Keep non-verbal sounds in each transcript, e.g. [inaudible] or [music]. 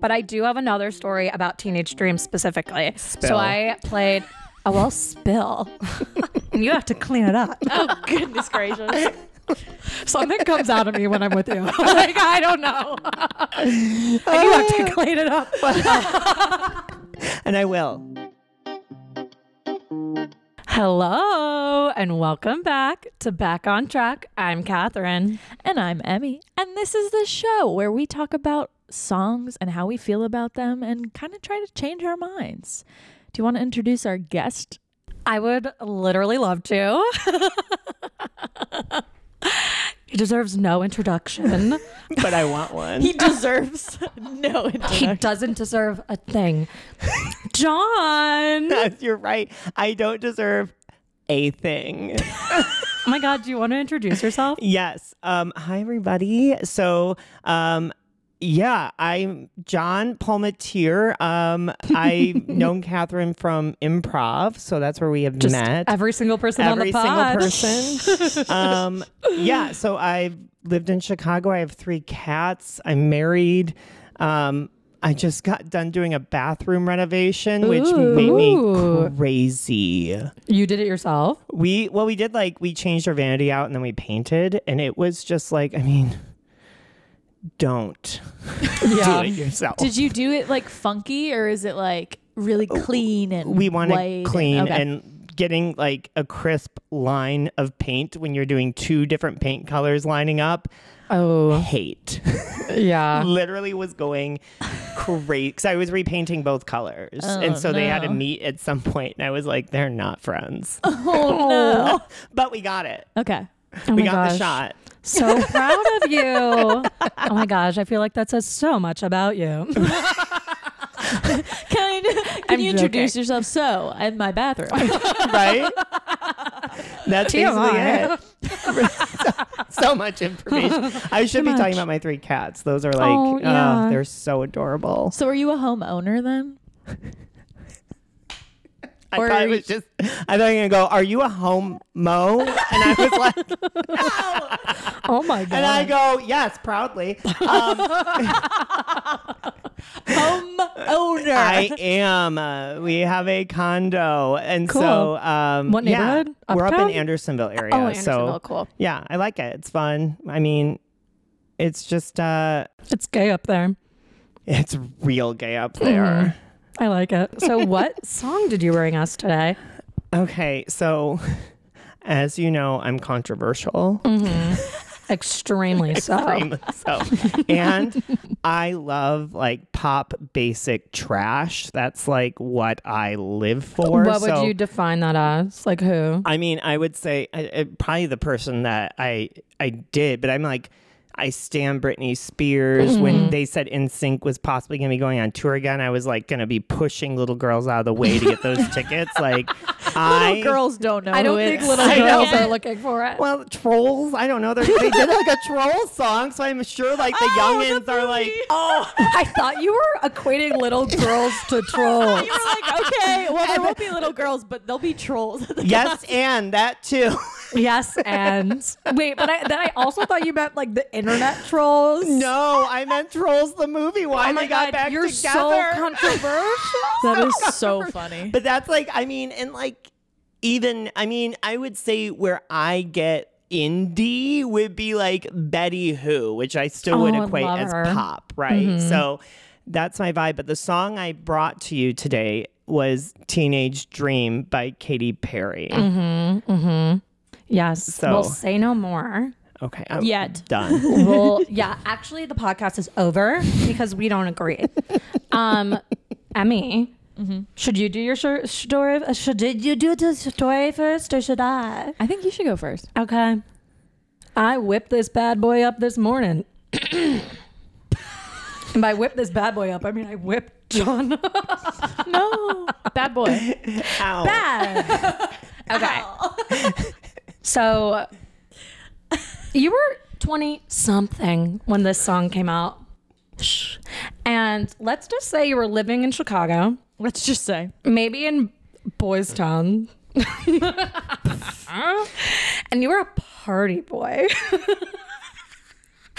But I do have another story about Teenage Dream specifically. So Spill. I played. Oh well, spill. [laughs] you have to clean it up. Oh goodness gracious! [laughs] Something comes out of me when I'm with you. [laughs] like I don't know. [laughs] you have [laughs] to clean it up. and I will. Hello and welcome back to Back on Track. I'm Catherine. [laughs] and I'm Emmy, and this is the show where we talk about songs and how we feel about them, and kind of try to change our minds. Do you want to introduce our [laughs] guest? I would literally love to. [laughs] he deserves no introduction. But [laughs] I want one. [laughs] deserves [laughs] no he doesn't deserve a thing. John. Oh You're right. I don't deserve a [laughs] thing. Oh my God, do you want to introduce [laughs] yourself? Yes. Um, hi, everybody. So, um, yeah, I'm John Palmatier. Um, [laughs] I've known Catherine from improv, so that's where we have Just met. every single person on the every pod. single person. um, yeah, so I've lived in Chicago. I have three cats. I'm married. Um, I just got done doing a bathroom renovation, which made Ooh. me crazy. [laughs] You did it yourself. We well, we did like we changed our vanity out and then we painted, and it was just like, I mean, don't do it yourself. Did you do it like funky, or is it like really clean and Oh, we want white to and- clean okay. and getting like a crisp line of paint when you're doing two different paint colors lining up. Oh, Hate. [laughs] yeah. Literally was going crazy because I was repainting both colors, Oh, and so they had to no. meet at some point, and I was like, they're not friends. [laughs] Oh [laughs] no! but we got it. Okay. Oh my we got gosh. [laughs] the shot. So [laughs] proud of you. Oh my gosh, I feel like that says so much about [laughs] you. Can, I, can I'm you introduce yourself? So, in my bathroom. [laughs] right? That's basically TMI. it. [laughs] so, so much information. I should be much. talking about my three cats. Those are like, Oh, oh, yeah. they're so adorable. so, are you a homeowner then? I Or thought are it was just. I thought you were gonna go. Are you a homo? And I was like, [laughs] Oh my and I god. go, yes, proudly. Um, [laughs] Homeowner. I am. Uh, we have a condo, and Cool. so um, What yeah, neighborhood? we're up Uptown? in Andersonville area. oh, So Andersonville, cool. yeah, I like it. It's fun. I mean, it's just uh, It's gay up there. it's real gay up Mm-hmm. there. I like it. [laughs] So what song did you bring us today? Okay, so as you know, I'm controversial. Mm-hmm. [laughs] Extremely so. Extreme, so, and I love like pop basic trash. That's like what I live for. What would so, you define that as? Like who? I mean, I would say I, I, probably the person that I I did, but I'm like. I stand Britney Spears. Mm-hmm. When they said NSYNC was possibly going to be going on tour again, I was like going to be pushing little girls out of the way to [laughs] get those tickets. Like, I Little girls don't know. I don't who think it is. little I know. girls are looking for it. Well, trolls. I don't know. They're, they did like a troll song, so I'm sure like [laughs] Oh, the youngins are like, oh, I thought you were equating little girls to trolls. You're like, okay, [laughs] well, there won't be little girls, but they'll be trolls. [laughs] yes, and that too. [laughs] Yes, and wait, but I, then I also thought you meant like the internet trolls. no, I meant trolls the movie. Why oh my they got god, back you're so together? controversial. that is [laughs] so funny. but that's like, I mean, and like, even I mean, I would say where I get indie would be like Betty Who, which I still would Oh, I equate love as her. Mm-hmm. pop, right? So that's my vibe. But the song I brought to you today was "Teenage Dream" by Katy Perry. Mm-hmm. Yes. So- We'll say no more. Okay. I'm Yet. [laughs] Done. Well, yeah, actually, the podcast is over because we don't agree. Um, Emmy, should you do your shir- story? uh, Should did you do the story first, or should I? I think you should go first. Okay. I whipped this bad boy up this morning. and by whip this bad boy up, I mean I whipped John. [laughs] No, bad boy. Ow. Bad. [laughs] okay. so you were 20 something when this song came out. Shh. And let's just say you were living in Chicago, Let's just say maybe in Boys Town. and you were a party boy. [laughs] and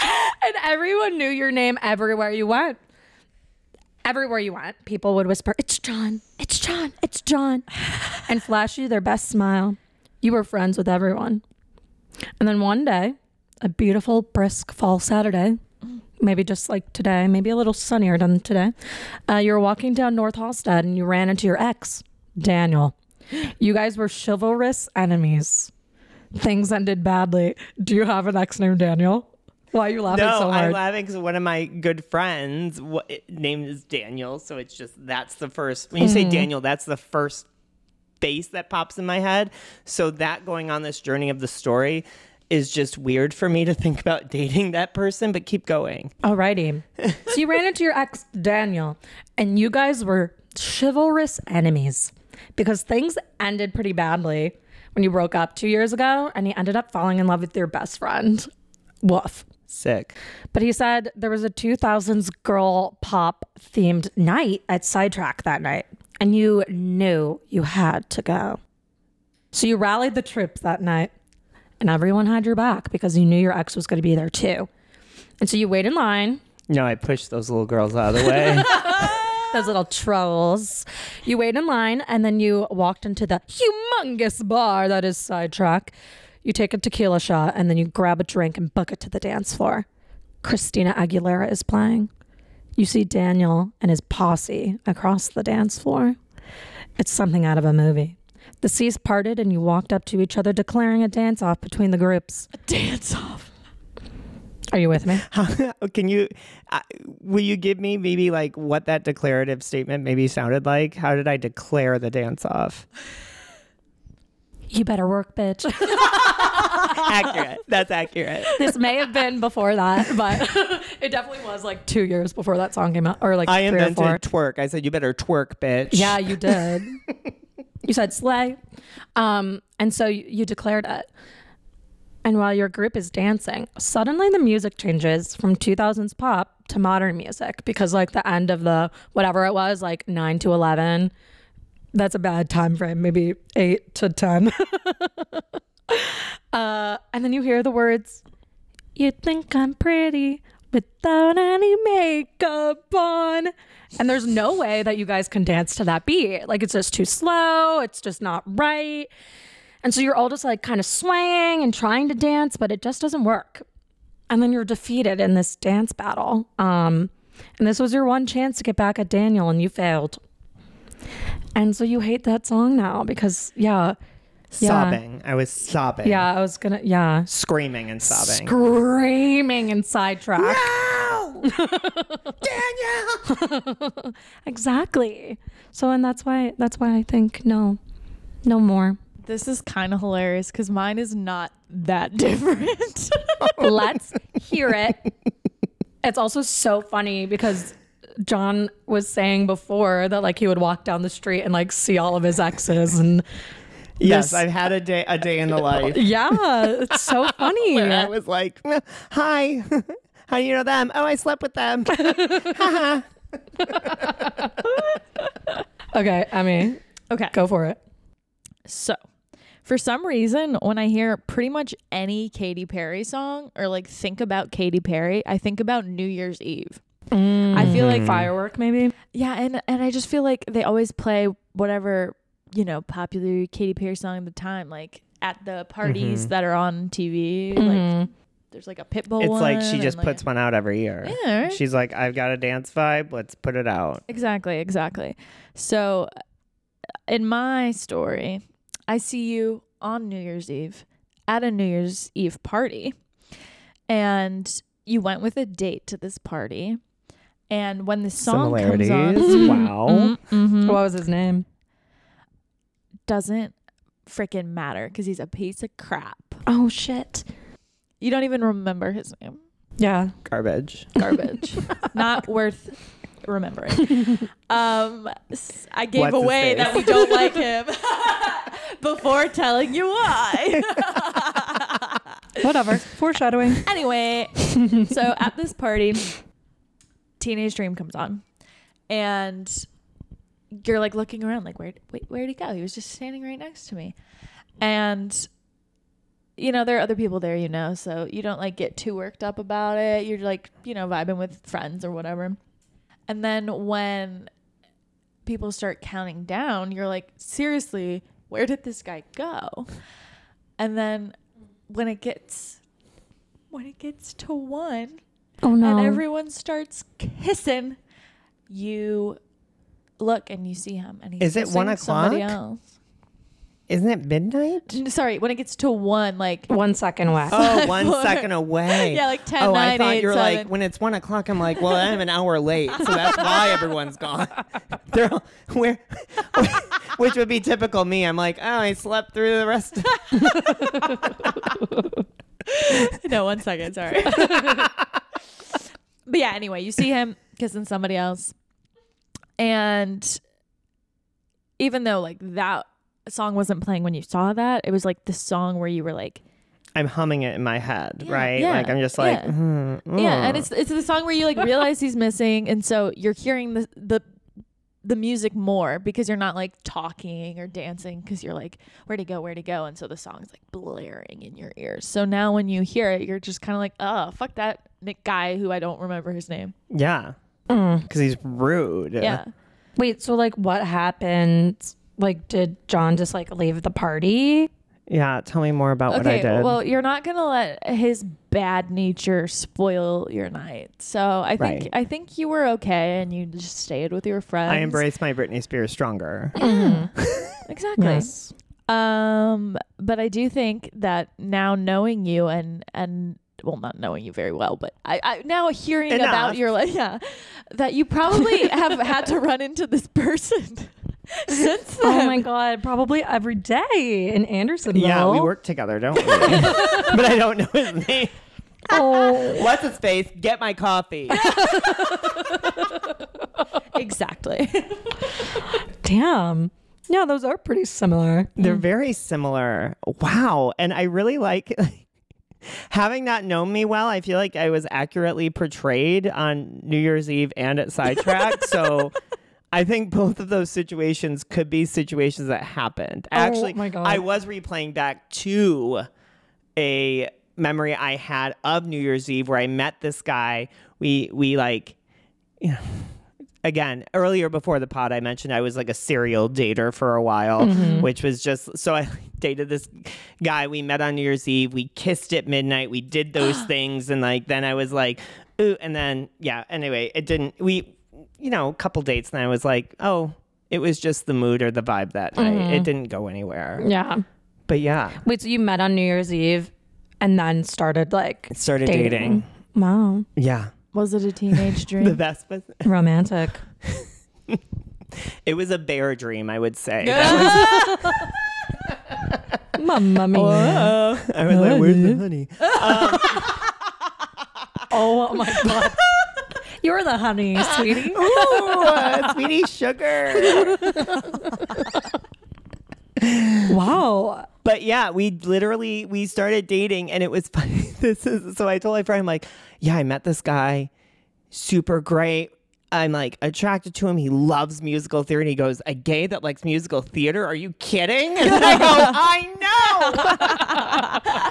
everyone knew your name everywhere you went. everywhere you went, people would whisper, It's John, it's John, it's John, [sighs] and flash you their best smile. You were friends with everyone. And then one day, a beautiful, brisk fall Saturday, maybe just like today, maybe a little sunnier than today, uh, you were walking down North Halstead and you ran into your ex, Daniel. You guys were chivalrous enemies. Things ended badly. Do you have an ex named Daniel? Why are you laughing No, so I'm hard? laughing because one of my good friends, wha- it- name is Daniel, so it's just that's the first. When you Mm-hmm. say Daniel, that's the first face that pops in my head. So that going on this journey of the story is just weird for me to think about [laughs] dating that person. But keep going. Alrighty. so you ran into your ex Daniel, and you guys were chivalrous enemies because things ended pretty badly when you broke up two years ago, and he ended up falling in love with your best friend. Woof. Sick. But he said there was a 2000s girl pop themed night at Sidetrack that night, and you knew you had to go. So you rallied the troops that night, and everyone had your back because you knew your ex was going to be there too. And so you wait in line. No, I pushed those little girls out of the way. [laughs] [laughs] those little trolls. You wait in line and then you walked into the humongous bar that is Sidetrack. You take a tequila shot and then you grab a drink and book it to the dance floor. Christina Aguilera is playing. You see Daniel and his posse across the dance floor. It's something out of a movie. The seas parted and you walked up to each other, declaring a dance off between the groups. Dance off. Are you with me? Can you, uh, will you give me maybe like what that declarative statement maybe sounded like? How did I declare the [laughs] dance off? You better work, bitch. accurate. That's accurate. this may have been before that, but [laughs] it definitely was like two years before that song came out, or like I three or invented four. twerk. I said, you better twerk, bitch. Yeah, you [laughs] did. you said slay, um, and so you, you declared it. And while your group is dancing, suddenly the music changes from 2000s pop to modern music because, like, the end of the whatever it was, like 9 to 11, that's a bad time frame, maybe 8 to 10. [laughs] uh, and then you hear the words, You think I'm pretty without any makeup on. And there's no way that you guys can dance to that beat. Like, it's just too slow, it's just not right. And so you're all just like kind of swaying and trying to dance, but it just doesn't work. And then you're defeated in this dance battle. Um, and this was your one chance to get back at Daniel, and you failed. And so you hate that song now because, yeah, Yeah. Sobbing. I was sobbing. yeah, I was gonna, yeah, Screaming and sobbing. screaming and sidetrack. [laughs] Danielle! Exactly. So, and that's why, that's why I think no, no [laughs] more. This is kind of hilarious because mine is not that [laughs] different. Let's hear it. It's also so funny because John was saying before that like he would walk down the street and like see all of his exes and Yes, This- I've had a day a day in the [laughs] life yeah, it's [laughs] so funny. where I was like, [laughs] hi. How do you know them? Oh, I slept [laughs] with them. Okay, I mean, okay. go for it. So, for some reason, when I hear pretty much any Katy Perry song or like think about Katy Perry, I think about New Year's Eve. I feel like Firework maybe. yeah, and and I just feel like they always play whatever you know popular Katy Perry song at the time, like at the parties that are on TV. Like, Mm-hmm. there's like a Pitbull. It's like one she just and, like, puts one out every year. Yeah, right? She's like, I've got a dance vibe. Let's put it out. Exactly, exactly. So, in my story, I see you on New Year's Eve at a New Year's Eve party, and you went with a date to this party. And when the song comes Similarities. on, [laughs] Wow. Mm, mhm, What was his name? doesn't freaking matter because he's a piece of crap. Oh shit. You don't even remember his name. Yeah. Garbage. [laughs] Garbage. Not worth remembering. Um, s- I gave What's his away face? that we [laughs] don't like him [laughs] before telling you [laughs] why. Whatever. Foreshadowing. [laughs] anyway, so at this party, Teenage Dream comes on, and you're like looking around, like where, wait, where'd he go? He was just standing right next to me, and you know there are other people there, you know, so you don't like get too worked up about it. You're like you know vibing with friends or whatever. And then when people start counting down, you're like, seriously, where did this guy go? And then when it gets when it gets to one Oh no. and everyone starts kissing, you look and you see him and he's Is it kissing one somebody o'clock? else. Isn't [laughs] it midnight? N- Sorry, when it gets to one, like One second wax. Oh, one Four. second away. Yeah, like 10, Oh, I nine, thought eight, you were like seven. when it's one o'clock. I'm like, well, I'm an hour late, so that's why everyone's gone. [laughs] They're all, where, [laughs] which would be typical me. I'm like, oh, I slept through the rest. Of, [laughs] no, one second, [laughs] sorry. but yeah, anyway, you see him kissing somebody else. And even though like that song wasn't playing when you saw that, it was like the song where you were like [laughs] I'm humming it in my head, Yeah, right? yeah, like I'm just like, yeah. hmm, Yeah, and mm. it's it's the song where you like realize he's missing and so you're hearing the the the music more because you're not like talking or dancing because you're like where to go where to go and so the song's like blaring in your ears so now when you hear it you're just kind of like oh fuck that nick guy who i don't remember his name yeah, Oh. because he's rude. yeah Wait, so like what happened? Like did John just like leave the party? yeah. Tell me more about what I okay did. well you're not gonna let his bad nature spoil your night so i think Right. i think you were okay and you just stayed with your friends I embrace my Britney Spears [laughs] stronger. exactly Um, but I do think that now knowing you and and well, not knowing you very well, but I, I now hearing Enough. about your life, yeah, that you [laughs] probably have had to run into this person [laughs] since then. [laughs] Oh my god, probably every day in Andersonville. Yeah, we work together, don't we? [laughs] but I don't know his name. [laughs] [laughs] Oh, What's his face? Get my [laughs] coffee. Exactly. damn. Yeah, those are pretty similar. They're very similar. Wow. And I really like [laughs] having not known me well, I feel like I was accurately portrayed on New Year's Eve and at [laughs] Sidetrack. so I think both of those situations could be situations that happened. Actually, Oh my God. I was replaying back to a memory I had of New Year's Eve where I met this guy. We we like again earlier before the pod i mentioned i was like a serial dater for a while which was just so i [laughs] dated this guy we met on new year's eve we kissed at midnight we did those things and like then i was like ooh and then yeah anyway it didn't we you know a couple dates and i was like oh it was just the mood or the vibe that night it didn't go anywhere Yeah. but yeah Wait, so you met on New Year's Eve and then started like started dating. Wow. yeah Was it a teenage [laughs] dream? the vespa [laughs] Romantic. it was a bear dream i would say Mamma Oh. mia. i was like where's the honey Oh my [laughs] god. You're the honey, sweetie. Ooh, uh, [laughs] sweetie sugar. [laughs] wow. But yeah, we literally we started dating, and it was [laughs] funny. This is so I told my friend, I'm like, yeah, I met this guy, super great. I'm like attracted to him. He loves musical theater. And he goes, a gay that likes musical theater? Are you kidding? And I [laughs] go, I know.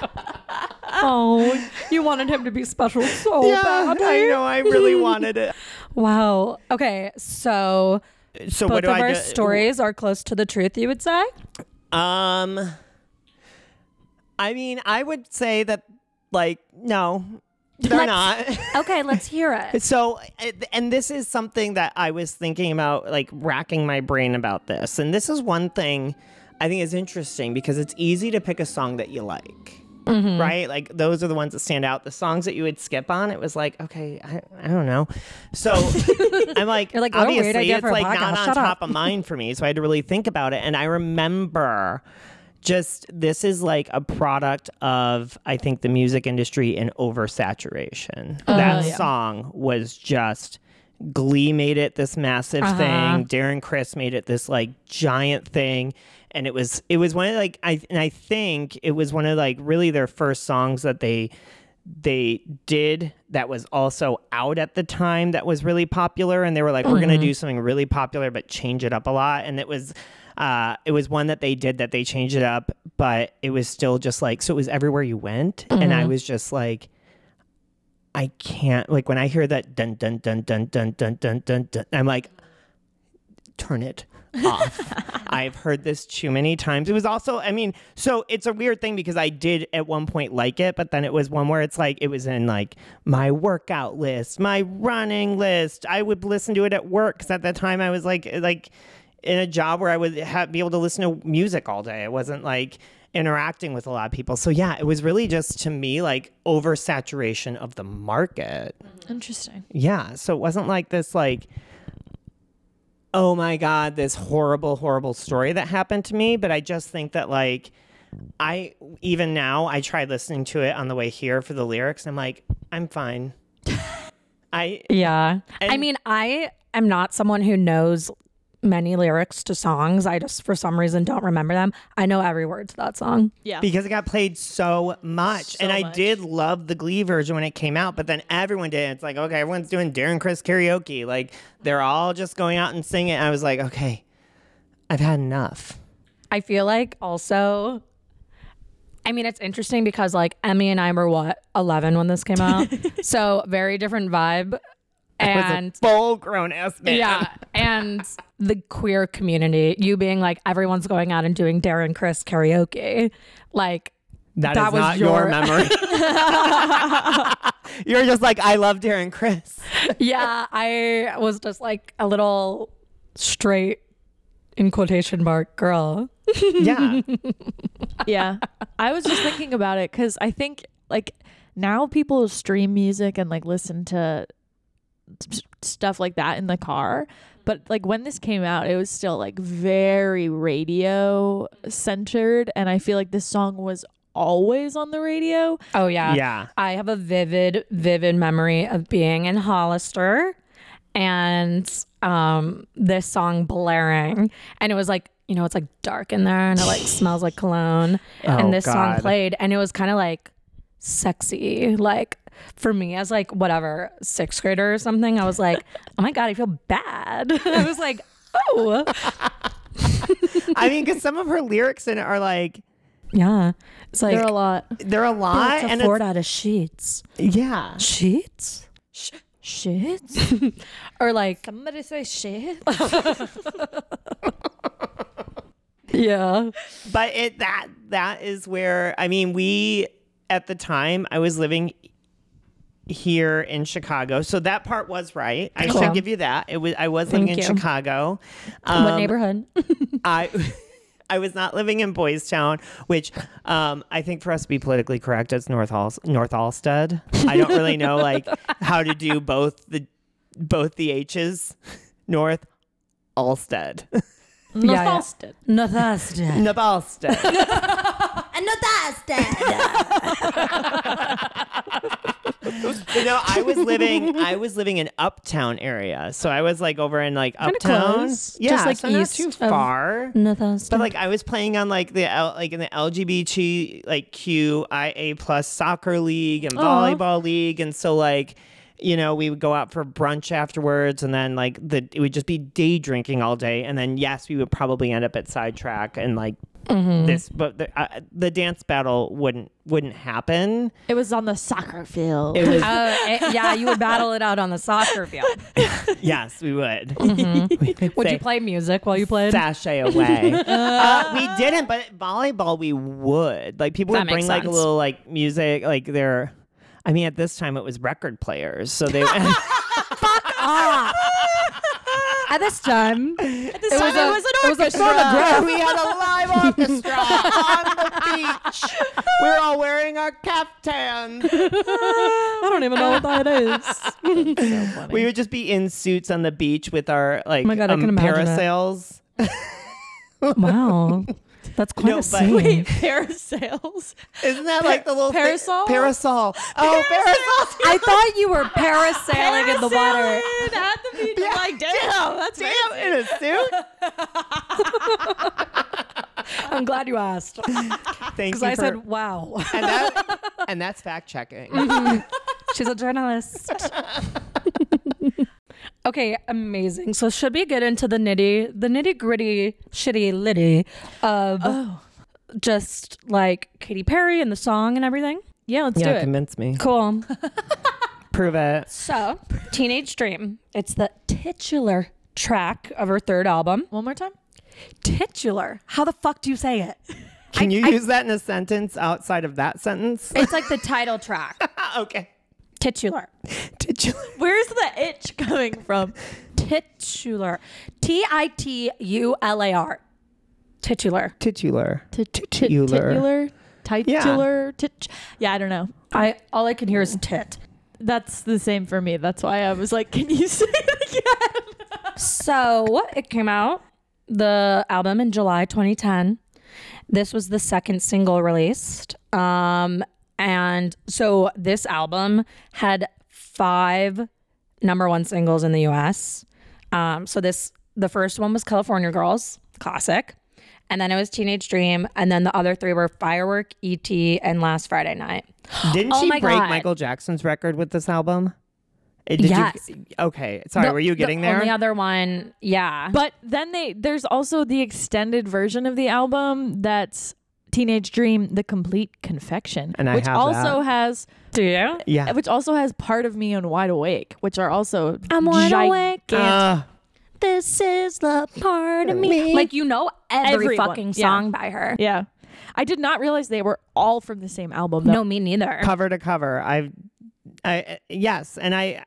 Oh, you wanted him to be special so Yeah, I badly. know. I really wanted it. Wow. Okay, so So both what do of I our do? stories are close to the truth. You would say? Um, I mean, I would say that like no, Let's- they're not. Okay, let's hear it. So, and this is something that I was thinking about, like racking my brain about this. And this is one thing I think is interesting because it's easy to pick a song that you like, Mm-hmm. right? Like those are the ones that stand out. The songs that you would skip on, it was like, okay, I, I don't know. So [laughs] I'm like, You're like, what a weird obviously, idea it's for a like podcast. not on Shut up. top of mind for me. So I had to really think about it. And I remember just this is like a product of I think the music industry and oversaturation. that song was just Glee made it this massive thing. Darren Chris made it this like giant thing. And it was it was one of like I and I think it was one of like really their first songs that they they did that was also out at the time that was really popular and they were like we're going to do something really popular but change it up a lot and it was uh, it was one that they did that they changed it up but it was still just like so it was everywhere you went and i was just like I can't like when I hear that dun dun dun dun dun dun dun dun dun I'm like turn it off. I've heard this too many times. It was also, I mean, so it's a weird thing because I did at one point like it, but then it was one where it's like it was in like my workout list, my running list. I would listen to it at work because at that time I was like like in a job where I would ha be able to listen to music all day. It wasn't like interacting with a lot of people. So yeah, it was really just to me like oversaturation of the market. Interesting. Yeah. So it wasn't like this, like, oh my God, this horrible, horrible story that happened to me. But I just think that, like, I even now, I tried listening to it on the way here for the lyrics. And I'm like, I'm fine. I, [laughs] Yeah. I And- mean, I am not someone who knows many lyrics to songs. I just, for some reason, don't remember them. I know every word to that song. Yeah. because it got played so much. So and I much. did love the Glee version when it came out, but then everyone did. It's like, okay, everyone's doing Darren Chris karaoke. Like, they're all just going out and singing. I was like, okay, I've had enough. I feel like also, I mean, it's interesting because like Emmy and I were what, 11 when this came [laughs] out? so very different vibe. And was a full grown ass man. yeah. And the queer community, you being like, everyone's going out and doing Darren Chris karaoke. Like, That that is was not your, your- memory. [laughs] You're just like, I love Darren Chris. [laughs] yeah, I was just like a little straight, in quotation mark, girl. [laughs] Yeah. yeah. I was just thinking about it because I think like now people stream music and like listen to s- stuff like that in the car. But like when this came out, it was still like very radio centered. And I feel like this song was always on the radio. Oh, yeah. yeah. I have a vivid, vivid memory of being in Hollister and um, this song blaring. And it was like, you know, it's like dark in there and it like smells like cologne. Oh, and this song God. played and it was kind of like sexy. Like for me as like whatever, sixth grader or something, I was like, [laughs] oh my God, I feel bad. [laughs] I was like, oh, I mean, because some of her lyrics in it are like, yeah. It's like, "Oh, there are a lot. they're a lot. it's a and Ford it's, out of sheets. yeah. Sheets? Shit. Or like, Somebody say [laughs] shit. yeah. But it that that is where I mean, we at the time I was living here in Chicago. So that part was right. I Cool. should give you that. It was I was living Thank in you. Chicago. what Um, neighborhood? I [laughs] I was not living in Boys Town, which um, I think for us to be politically correct, it's North Hall North Allstead. I don't really [laughs] know like how to do both the both the H's. North [laughs] Allstead. yeah. No, that's dead. Nabalstead. you know, I was living I was living in uptown area. So I was like over in like uptown. close. Yeah, Just, like, so not east too of- far. No, that's But like I was playing on like the L- like in the LGBT like QIA plus soccer league and volleyball league, and so like you know we would go out for brunch afterwards, and then like the it would just be day drinking all day, and then yes we would probably end up at sidetrack and like this, but the, uh, the dance battle wouldn't wouldn't happen. It was on the soccer field. It was Oh, eh, yeah, you would battle it out on the soccer field. yes we would. [laughs] Would you play music while you played? sashay away. [laughs] uh, we didn't, but at volleyball we would. Like people That would makes bring like a sense. little like music, like their. I mean, at this time it was record players, [laughs] so they. [laughs] it At this time, at this time, it was an phonograph. We had a live [laughs] orchestra on the beach. We were all wearing our caftans. I don't even know what that is. We would just be in suits on the beach with our like Oh my God, I um, can imagine that. parasails. [laughs] Wow, that's quite No, a but- scene. Wait, [laughs] parasails? Isn't that like the little thi- parasol? parasol? Oh, parasol. I thought you were parasailing in the [laughs] water. Parasailing At the beach. I'm Like, damn, that's Damn, crazy. in a [laughs] suit. I'm glad you asked because Thank you. I for- said, "Wow, [laughs] and that and that's fact checking. [laughs] Mm-hmm. she's a journalist." [laughs] okay, amazing. So should we get into the nitty, the nitty gritty, shitty litty of Oh. just like Katy Perry and the song and everything? Yeah, let's do it. convince me. Cool. Prove it. So, Teenage Dream. It's the titular track of her third album. One more time. Titular. How the fuck do you say it? Can I- you I- use that in a sentence outside of that sentence? It's like the title track. Ah, okay. [laughs] titular. Titular. Where's the itch coming from? Titular. T I T U L A R. Titular. Titular. Titular. Titular. Titular. Tit- yeah, I don't know. I all I can hear is tit. That's the same for me. That's why I was like, can you [laughs] say it again? So it came out the album in July 2010. This was the second single released. Um, and so this album had five number one singles in the US. Um, so this the first one was California Girls, classic. And then it was Teenage Dream, and then the other three were Firework, ET, and Last Friday Night. Didn't Oh she my break God. Michael Jackson's record with this album? Uh, Did Yes. You, okay. Sorry. The- were you getting the there? Only other one, yeah. But then they there's also the extended version of the album that's Teenage Dream, the complete confection, And I which have also that. has Do you? yeah. which also has part of me and Wide Awake, which are also I'm wide gigantic. Uh, Uh, awake. This is the part of me. Like you know every Everyone, fucking yeah. song by her. Yeah, I did not realize they were all from the same album. though. No, me neither. cover to cover. I've, I eh, yes, and I,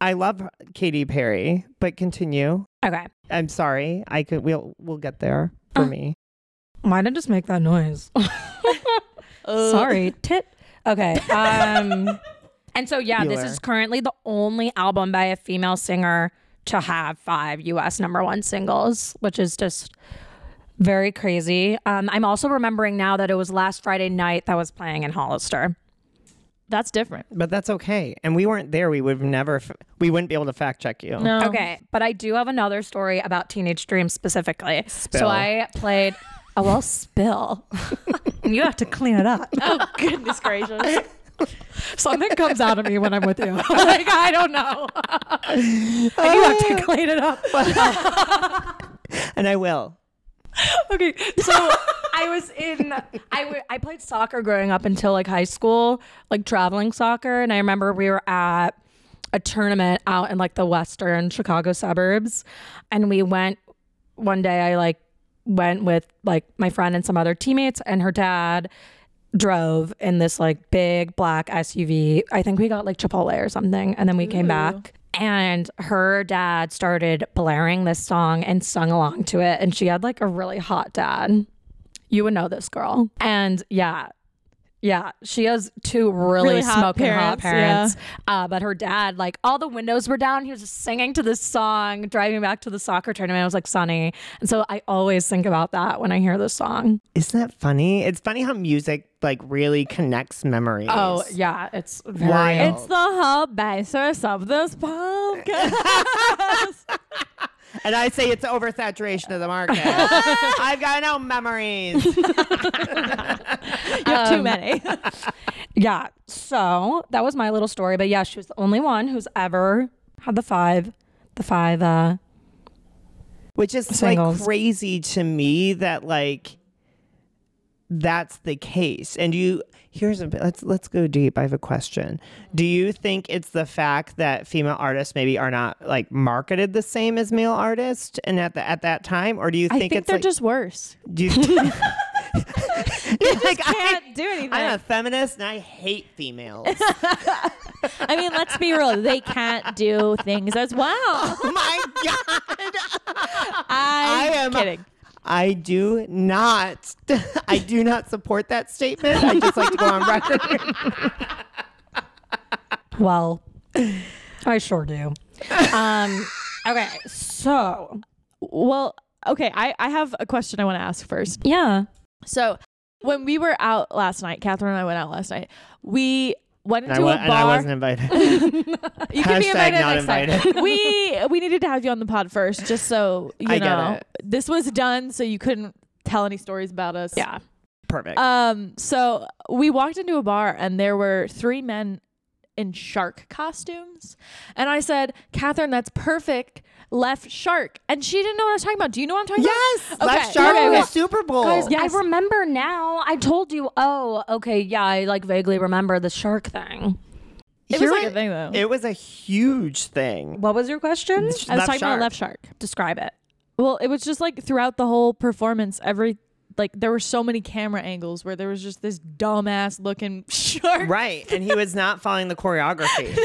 I love Katy Perry. But continue. Okay. I'm sorry. I could. We'll we'll get there for me. Why did I just make that [laughs] noise? Uh, Sorry, tit. Okay. Um [laughs] and so yeah, this Bueller. is currently the only album by a female singer to have five US number 1 singles, which is just very crazy. Um, I'm also remembering now that it was last Friday night that was playing in Hollister. that's different. But that's okay. And we weren't there. We would have never. f- We wouldn't be able to fact check you. No. Okay, but I do have another story about Teenage Dream specifically. So Spill. I [laughs] played. Oh well, spill. you have to clean it [laughs] up. Oh goodness gracious. [laughs] Something comes out of me when I'm with you. [laughs] like I don't know. [laughs] Like, you have to clean it up. And I will. Okay, so [laughs] I was in. I w- I played soccer growing up until like high school, like traveling soccer, and I remember we were at a tournament out in like the western Chicago suburbs, and we went one day. I like went with like my friend and some other teammates, and her dad drove in this like big black SUV. I think we got like Chipotle or something, and then we came back. And her dad started blaring this song and sung along to it. And she had like a really hot dad. You would know this girl. And yeah, yeah, she has two really, Really hot smoking hot parents. parents, Uh, but her dad, like all the windows were down. He was just singing to this song, driving back to the soccer tournament. It was like sunny. And so I always think about that when I hear this song. Isn't that funny? It's funny how music like really connects memories. Oh, yeah, it's very. Wild. It's the whole basis [laughs] of this podcast. And I say it's oversaturation of the market. I've got no memories. you have too many. [laughs] Yeah. So that was my little story. But yeah, she was the only one who's ever had the five, the five. Uh, Which is Singles. like crazy to me that like that's the case. And you here's a bit let's let's go deep. I have a question. Do you think it's the fact that female artists maybe are not like marketed the same as male artists and at the at that time? Or do you I think, think, it's they're like just [laughs] worse. do you, [laughs] You're like, I, Can't do anything. I'm a feminist and I hate females. [laughs] I mean, let's be real. They can't do things as well. oh my god. [laughs] I'm I am- kidding. I do not. [laughs] I do not support that statement. I just like to go on record. well, I sure do. Um, okay. So Well, okay. I, I have a question I want to ask first. yeah. So, when we were out last night, Catherine and I went out last night. We went And I, into wa- a bar. and I wasn't [laughs] invited. you can be Hashtag invited not next time. invited. we we needed to have you on the pod first, just so you [laughs] I get know it. this was done, so you couldn't tell any stories about us. Yeah. Perfect. Um. So we walked into a bar, and there were three men in shark costumes, and I said, "Catherine, that's perfect." Left shark, and she didn't know what I was talking about. Do you know what I'm talking yes, about? Left Shark okay, was okay. Super Bowl. Guys, Yes. I remember now. I told you, oh, okay, yeah, I like vaguely remember the shark thing. It was Here like a thing though. It was a huge thing. What was your question? Left I was talking shark. about Left Shark. Describe it. Well, it was just like throughout the whole performance, every like there were so many camera angles where there was just this dumbass looking [laughs] shark. Right. And he was not following the choreography.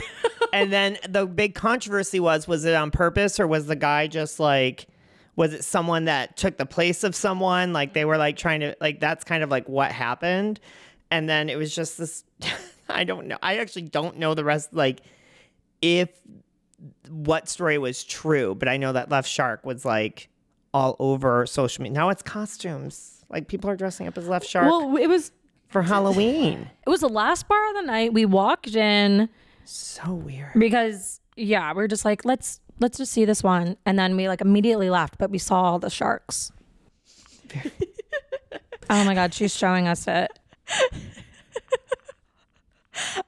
and then the big controversy was was it on purpose or was the guy just like was it someone that took the place of someone? Like they were like trying to like that's kind of like what happened. And then it was just this [laughs] I don't know. I actually don't know the rest like if what story was true, but I know that Left Shark was like all over social media. Now it's costumes. Like people are dressing up as Left Shark Well, it was for Halloween. It was the last bar of the night. We walked in so weird. because yeah, we were just like, let's let's just see this one. And then we like immediately left, but we saw all the [laughs] sharks. oh my god, she's showing us it.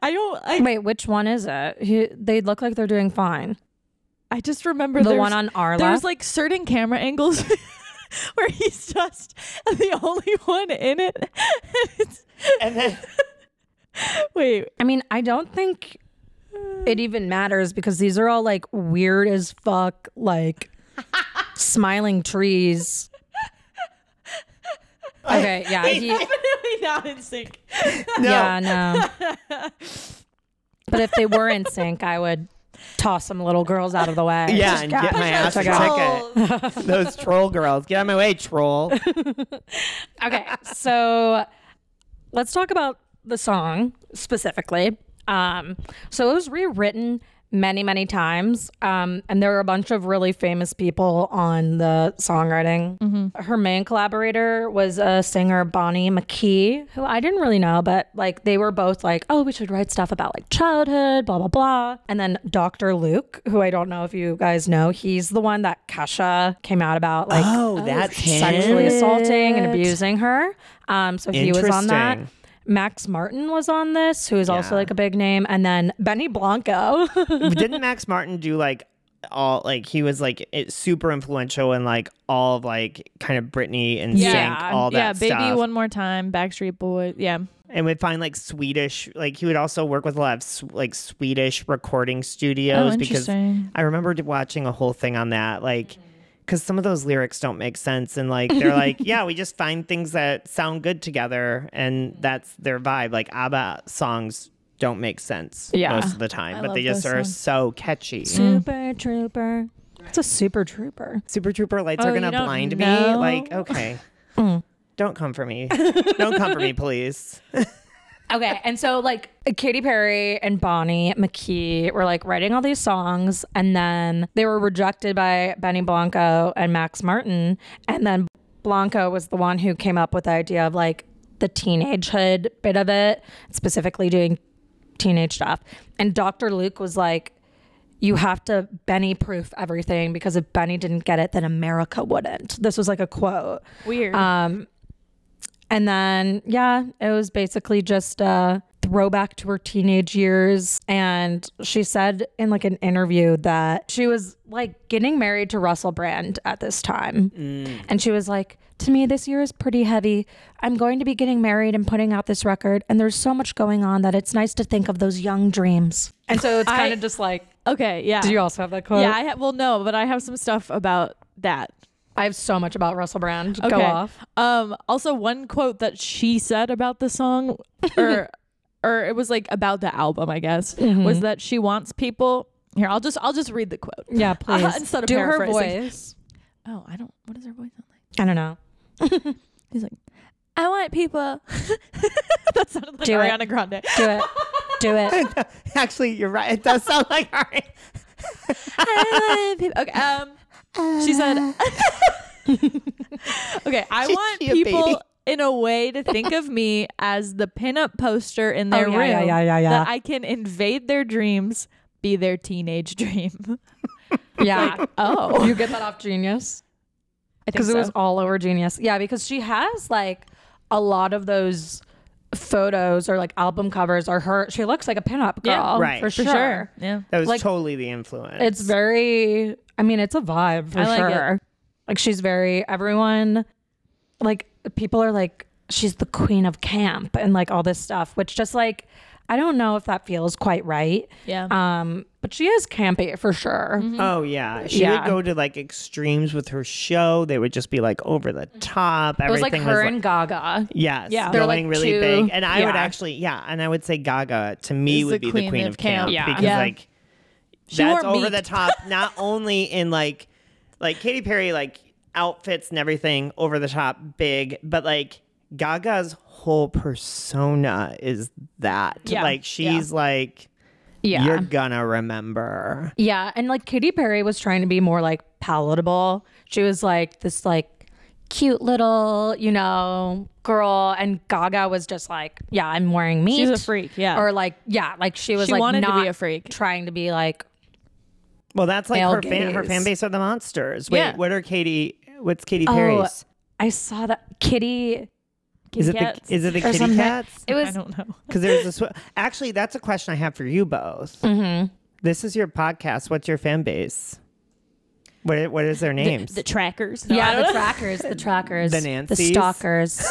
I don't I, Wait, which one is it? He, they look like they're doing fine. I just remember The there one was- on our There left. was like certain camera angles [laughs] where he's just the only one in it. [laughs] And it's- And [laughs] then Wait, I mean, I don't think it even matters because these are all like weird as fuck, [laughs] like smiling trees. Okay, yeah, he- definitely not in sync. [laughs] no, yeah, no. but if they were in sync, I would toss some little girls out of the way. yeah, and get my ass a ticket. [laughs] Those troll girls, get out of my way, troll. Okay, so let's talk about the song specifically. Um, so it was rewritten many, many times, um, and there were a bunch of really famous people on the songwriting. Her main collaborator was a singer, Bonnie McKee, who I didn't really know, but like they were both like, "Oh, we should write stuff about like childhood, blah blah blah." And then Dr. Luke, who I don't know if you guys know, he's the one that Kesha came out about, like [laughs] Oh, that's sexually assaulting and abusing her. Um, so he was on that. Interesting. Max Martin was on this, who is also like a big name, and then Benny Blanco. [laughs] [laughs] Didn't Max Martin do like all like he was like it, super influential in like all of like kind of Britney and Sync, all yeah, that baby, stuff. one more time, Backstreet Boy. Yeah, and would find like Swedish like he would also work with a lot of s- like Swedish recording studios because Oh, interesting. I remember d- watching a whole thing on that like because some of those lyrics don't make sense and like they're like [laughs] yeah we just find things that sound good together and that's their vibe like ABBA songs don't make sense Yeah. most of the time I but they love just those are songs. so catchy. super Mm. Trooper. It's a super trooper. Super Trooper lights Oh, are gonna you don't blind me know? Mm. like [laughs] okay. Don't come for me. Don't come for me, please. Okay, and so like Katy Perry and Bonnie McKee were like writing all these songs, and then they were rejected by Benny Blanco and Max Martin, and then Blanco was the one who came up with the idea of like the teenagehood bit of it, specifically doing teenage stuff. And Dr. Luke was like, you have to Benny proof everything because if Benny didn't get it, then America wouldn't. This was like a quote. Weird. Um, and then yeah, it was basically just a throwback to her teenage years. And she said in like an interview that she was like getting married to Russell Brand at this time, and she was like. To me, this year is pretty heavy. I'm going to be getting married and putting out this record, and there's so much going on that it's nice to think of those young dreams. And so it's I- kind of just like, okay, yeah. do you also have that quote? yeah, I ha- well, no, but I have some stuff about that. I have so much about Russell Brand. Okay. Go off. Um, also, one quote that she said about [laughs] the song, or or it was like about the album, I guess, Mm-hmm. Mm-hmm. was that she wants people. Here, I'll just I'll just read the quote. [laughs] Yeah, Uh, please. instead of Do her paraphrasing. voice. Oh, I don't. What does her voice sound like? I don't know. [laughs] He's like, I want people. [laughs] that sounded like Do it. Ariana Grande. Do [laughs] it. Do it. [laughs] Actually, you're right. It does sound like [laughs] Ari. I want people. Okay. Um, she said. [laughs] okay, [laughs] I She want a baby. people in a way to think of me as the pinup poster in their Oh, yeah, room yeah, yeah, yeah, yeah. that I can invade their dreams, be their teenage [laughs] dream. Yeah. [laughs] Oh, you get that off Genius? I think Because it was so. all over Genius. Yeah, because she has like a lot of those photos or like album covers or her. She looks like a pinup girl. Yeah, right. For For sure. Yeah. That was Like- totally the influence. It's very, I mean, it's a vibe for I like it. sure. Like she's very, everyone, like people are like, she's the queen of camp and like all this stuff, which just like, I don't know if that feels quite right. Yeah. Um, but she is campy for sure. Oh yeah, she Yeah. would go to like extremes with her show. They would just be like over the top. Mm-hmm. It was like Everything her and Gaga. yes, Yeah. They're, going like, really two- big. And I would yeah. actually, yeah, and I would say Gaga to me Is would the be the queen queen of of camp, camp. Yeah. because Yeah. like She that's wore over the meat. [laughs] top. Not only in like like Katy Perry like outfits and everything over the top big, but like Gaga's whole persona is that Yeah. like she's like Yeah. you're gonna remember. Yeah, and like Katy Perry was trying to be more like palatable. She was like this like cute little, you know, girl and Gaga was just like, yeah, I'm wearing meat. She's a freak, yeah. Or like yeah, like she was She like wanted to not be a freak. trying to be like Well, that's like Male her fan, her gaze. fan base are the monsters. Wait, Yeah. what are Katie? What's Katy Oh, Perry's? I saw that kitty is it cats the is it the or kitty something. cats? It I was don't know. Because there's a sw- actually that's a question I have for you both. This is your podcast. What's your fan base? What i- what is their names? trackers. yeah, the trackers, the trackers, The the Nancy's? stalkers,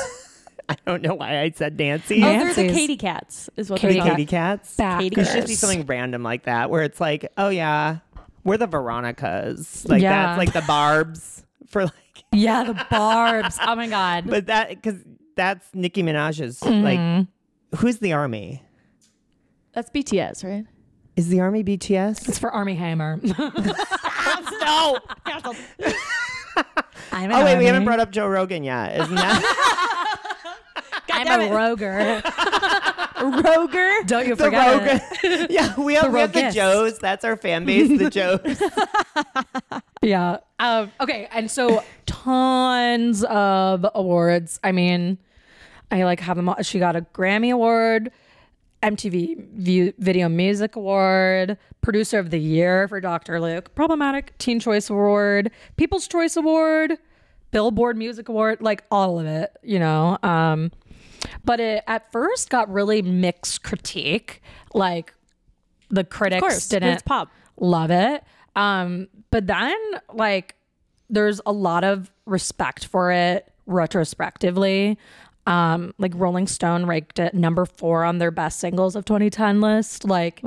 I don't know why I said Nancy. Oh, The they're the Nancy's. Katy Cats, is what Katy they are. Katy cats. backers. There should be something random like that where it's like, oh yeah, we're the Veronicas. Like Yeah. that's like the Barb's [laughs] for like, Yeah, the barbs. Oh my god. but that because that's Nicki Minaj's like, who's the army? That's BTS, right? Is the army BTS? it's for Army Hammer. [laughs] no. I'm Oh wait, we haven't brought up Joe Rogan yet. Isn't [laughs] that I'm a [laughs] roger. [laughs] Roger. Don't you the forget it. Rogan? Yeah, we have, we have the Roguettes. Joes. That's our fan base, the Joes. Yeah. Um, okay. And so tons of awards. I mean, I like have them. All. She got a Grammy Award, MTV View, Video Music Award, Producer of the Year for Dr. Luke, Problematic Teen Choice Award, People's Choice Award, Billboard Music Award, like all of it, you know. Um, but it at first got really mixed critique. Like the critics didn't It's pop. love it um but then like there's a lot of respect for it retrospectively um like rolling stone ranked it number four on their best singles of 2010 list like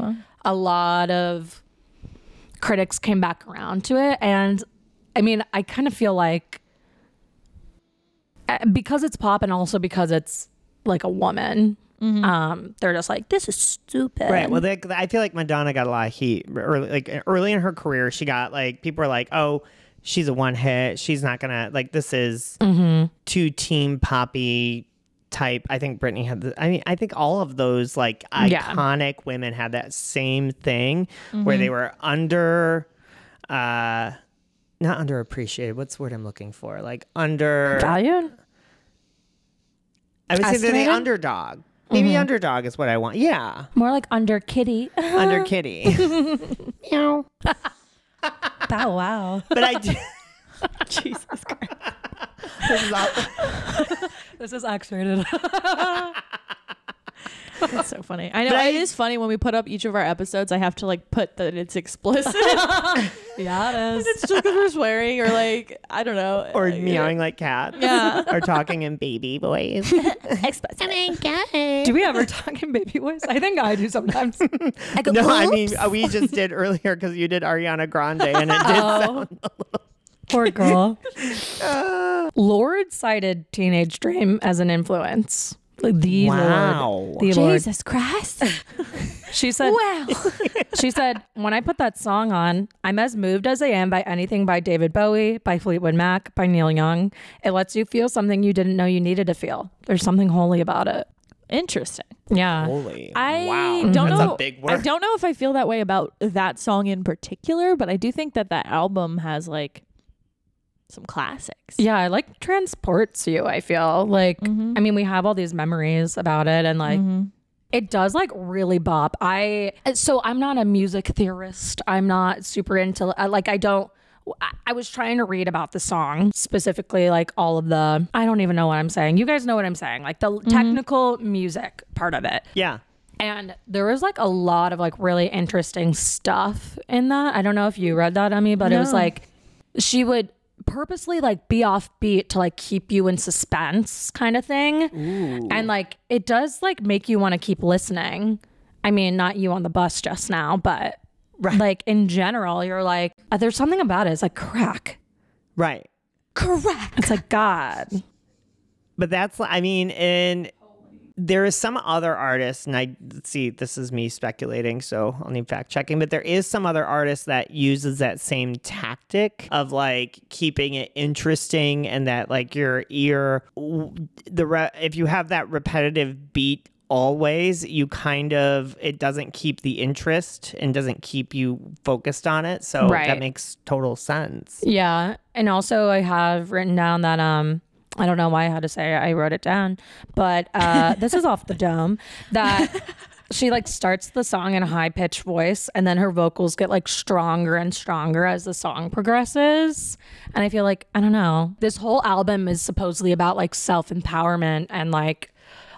a lot of critics came back around to it and i mean i kind of feel like uh, because it's pop and also because it's like a woman um they're just like this is stupid Right. Well, they, I feel like Madonna got a lot of heat early, like early in her career. She got like people are like, "Oh, she's a one hit. She's not gonna like this is too team poppy type." I think Britney had. The, I mean, I think all of those like Yeah. iconic women had that same thing where they were under, uh, not underappreciated. What's the word I'm looking for? Like under. valued I would say they're the Estimated? Mm-hmm. underdog. Maybe underdog is what I want. Yeah, more like under kitty [laughs] under kitty. Meow. Bow wow. But I do. [laughs] Jesus Christ. This is all- This is X-rated. That's so funny. I know. But I- it is funny when we put up each of our episodes, I have to like put that it's [laughs] explicit. yeah, it is. it's just because we're swearing or like, I don't know. or Like, meowing like cats. Yeah. Or talking in baby [laughs] voice. [laughs] Do we ever talk in baby voice? I think I do sometimes. I go, No, I "Oops." [laughs] mean, uh, we just did earlier because you did Ariana Grande [laughs] and it did. Oh. Poor girl. Lord cited Teenage Dream as an influence. Like the Wow. Lord. The Lord. Jesus Christ. She said, wow. [laughs] she said, when I put that song on, I'm as moved as I am by anything by David Bowie, by Fleetwood Mac, by Neil Young. It lets you feel something you didn't know you needed to feel. There's something holy about it. [laughs] Interesting. Yeah. Holy. I wow. don't That's know. a big I word. don't know if I feel that way about that song in particular, but I do think that that album has like some classics. Yeah, it like transports you, I feel. Like I mean, we have all these memories about it and like it does like really bop. I so I'm not a music theorist. I'm not super into I- like I don't I- I was trying to read about the song specifically, like all of the. I don't even know what I'm saying. You guys know what I'm saying, like the technical music part of it. Yeah. And there was like a lot of like really interesting stuff in that. I don't know if you read that, Emmy, but it was No. like she would purposely like be offbeat to like keep you in suspense kind of thing. And like it does like make you want to keep listening. I mean, not you on the bus just now, but like in general, you're like, uh, there's something about it. It's like crack. Right. Crack. It's like, God. But that's, I mean, and there is some other artist, and I see this is me speculating, so I'll need fact checking, but there is some other artist that uses that same tactic of like keeping it interesting and that like your ear, the re- if you have that repetitive beat always you kind of it doesn't keep the interest and doesn't keep you focused on it so Right. that makes total sense Yeah. And also, I have written down that, um, I don't know why I had to say it. I wrote it down, but uh, this is off the dome that she like starts the song in a high pitched voice and then her vocals get like stronger and stronger as the song progresses. And I feel like, I don't know, this whole album is supposedly about like self empowerment and like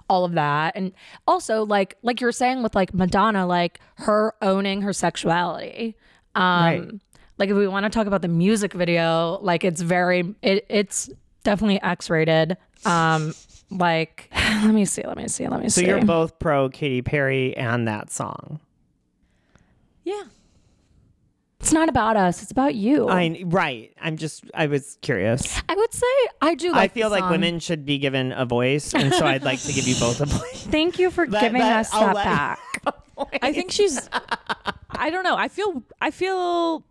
all of that and also like like you were saying with like madonna like her owning her sexuality um Right. like if we want to talk about the music video like it's very it, it's definitely x-rated um like [sighs] let me see let me see let me so see you're both pro Katy Perry and that song Yeah. it's not about us it's about you i, I right. I'm just I was curious. would say i do I like feel the like song. women should be given a voice, and so I'd like to give you both a [laughs] voice. thank you for That- giving that- us I'll that let- back I think she's. I don't know. I feel. I feel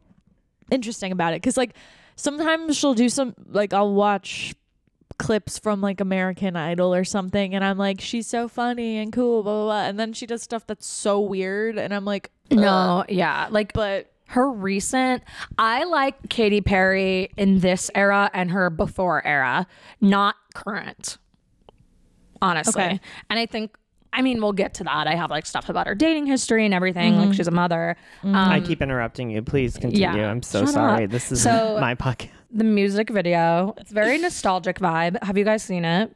interesting about it because like sometimes she'll do some like I'll watch clips from like American Idol or something, and I'm like, she's so funny and cool, blah blah, blah. and then she does stuff that's so weird, and I'm like, ugh. no yeah like but her recent I like Katy Perry in this era and her before era, not current. Honestly. Okay. And I think I mean we'll get to that. I have like stuff about her dating history and everything. Like she's a mother. Um, I keep interrupting you. Please continue. yeah. I'm so Shut sorry. up. This is So- my podcast. the music video. It's very nostalgic vibe. Have you guys seen it?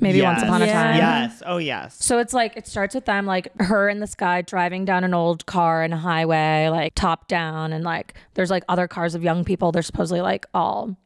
Maybe Once Upon a Yes. Time. Yes. Oh yes. So it's like it starts with them like her in the sky driving down an old car in a highway, like top down, and like there's like other cars of young people. They're supposedly like all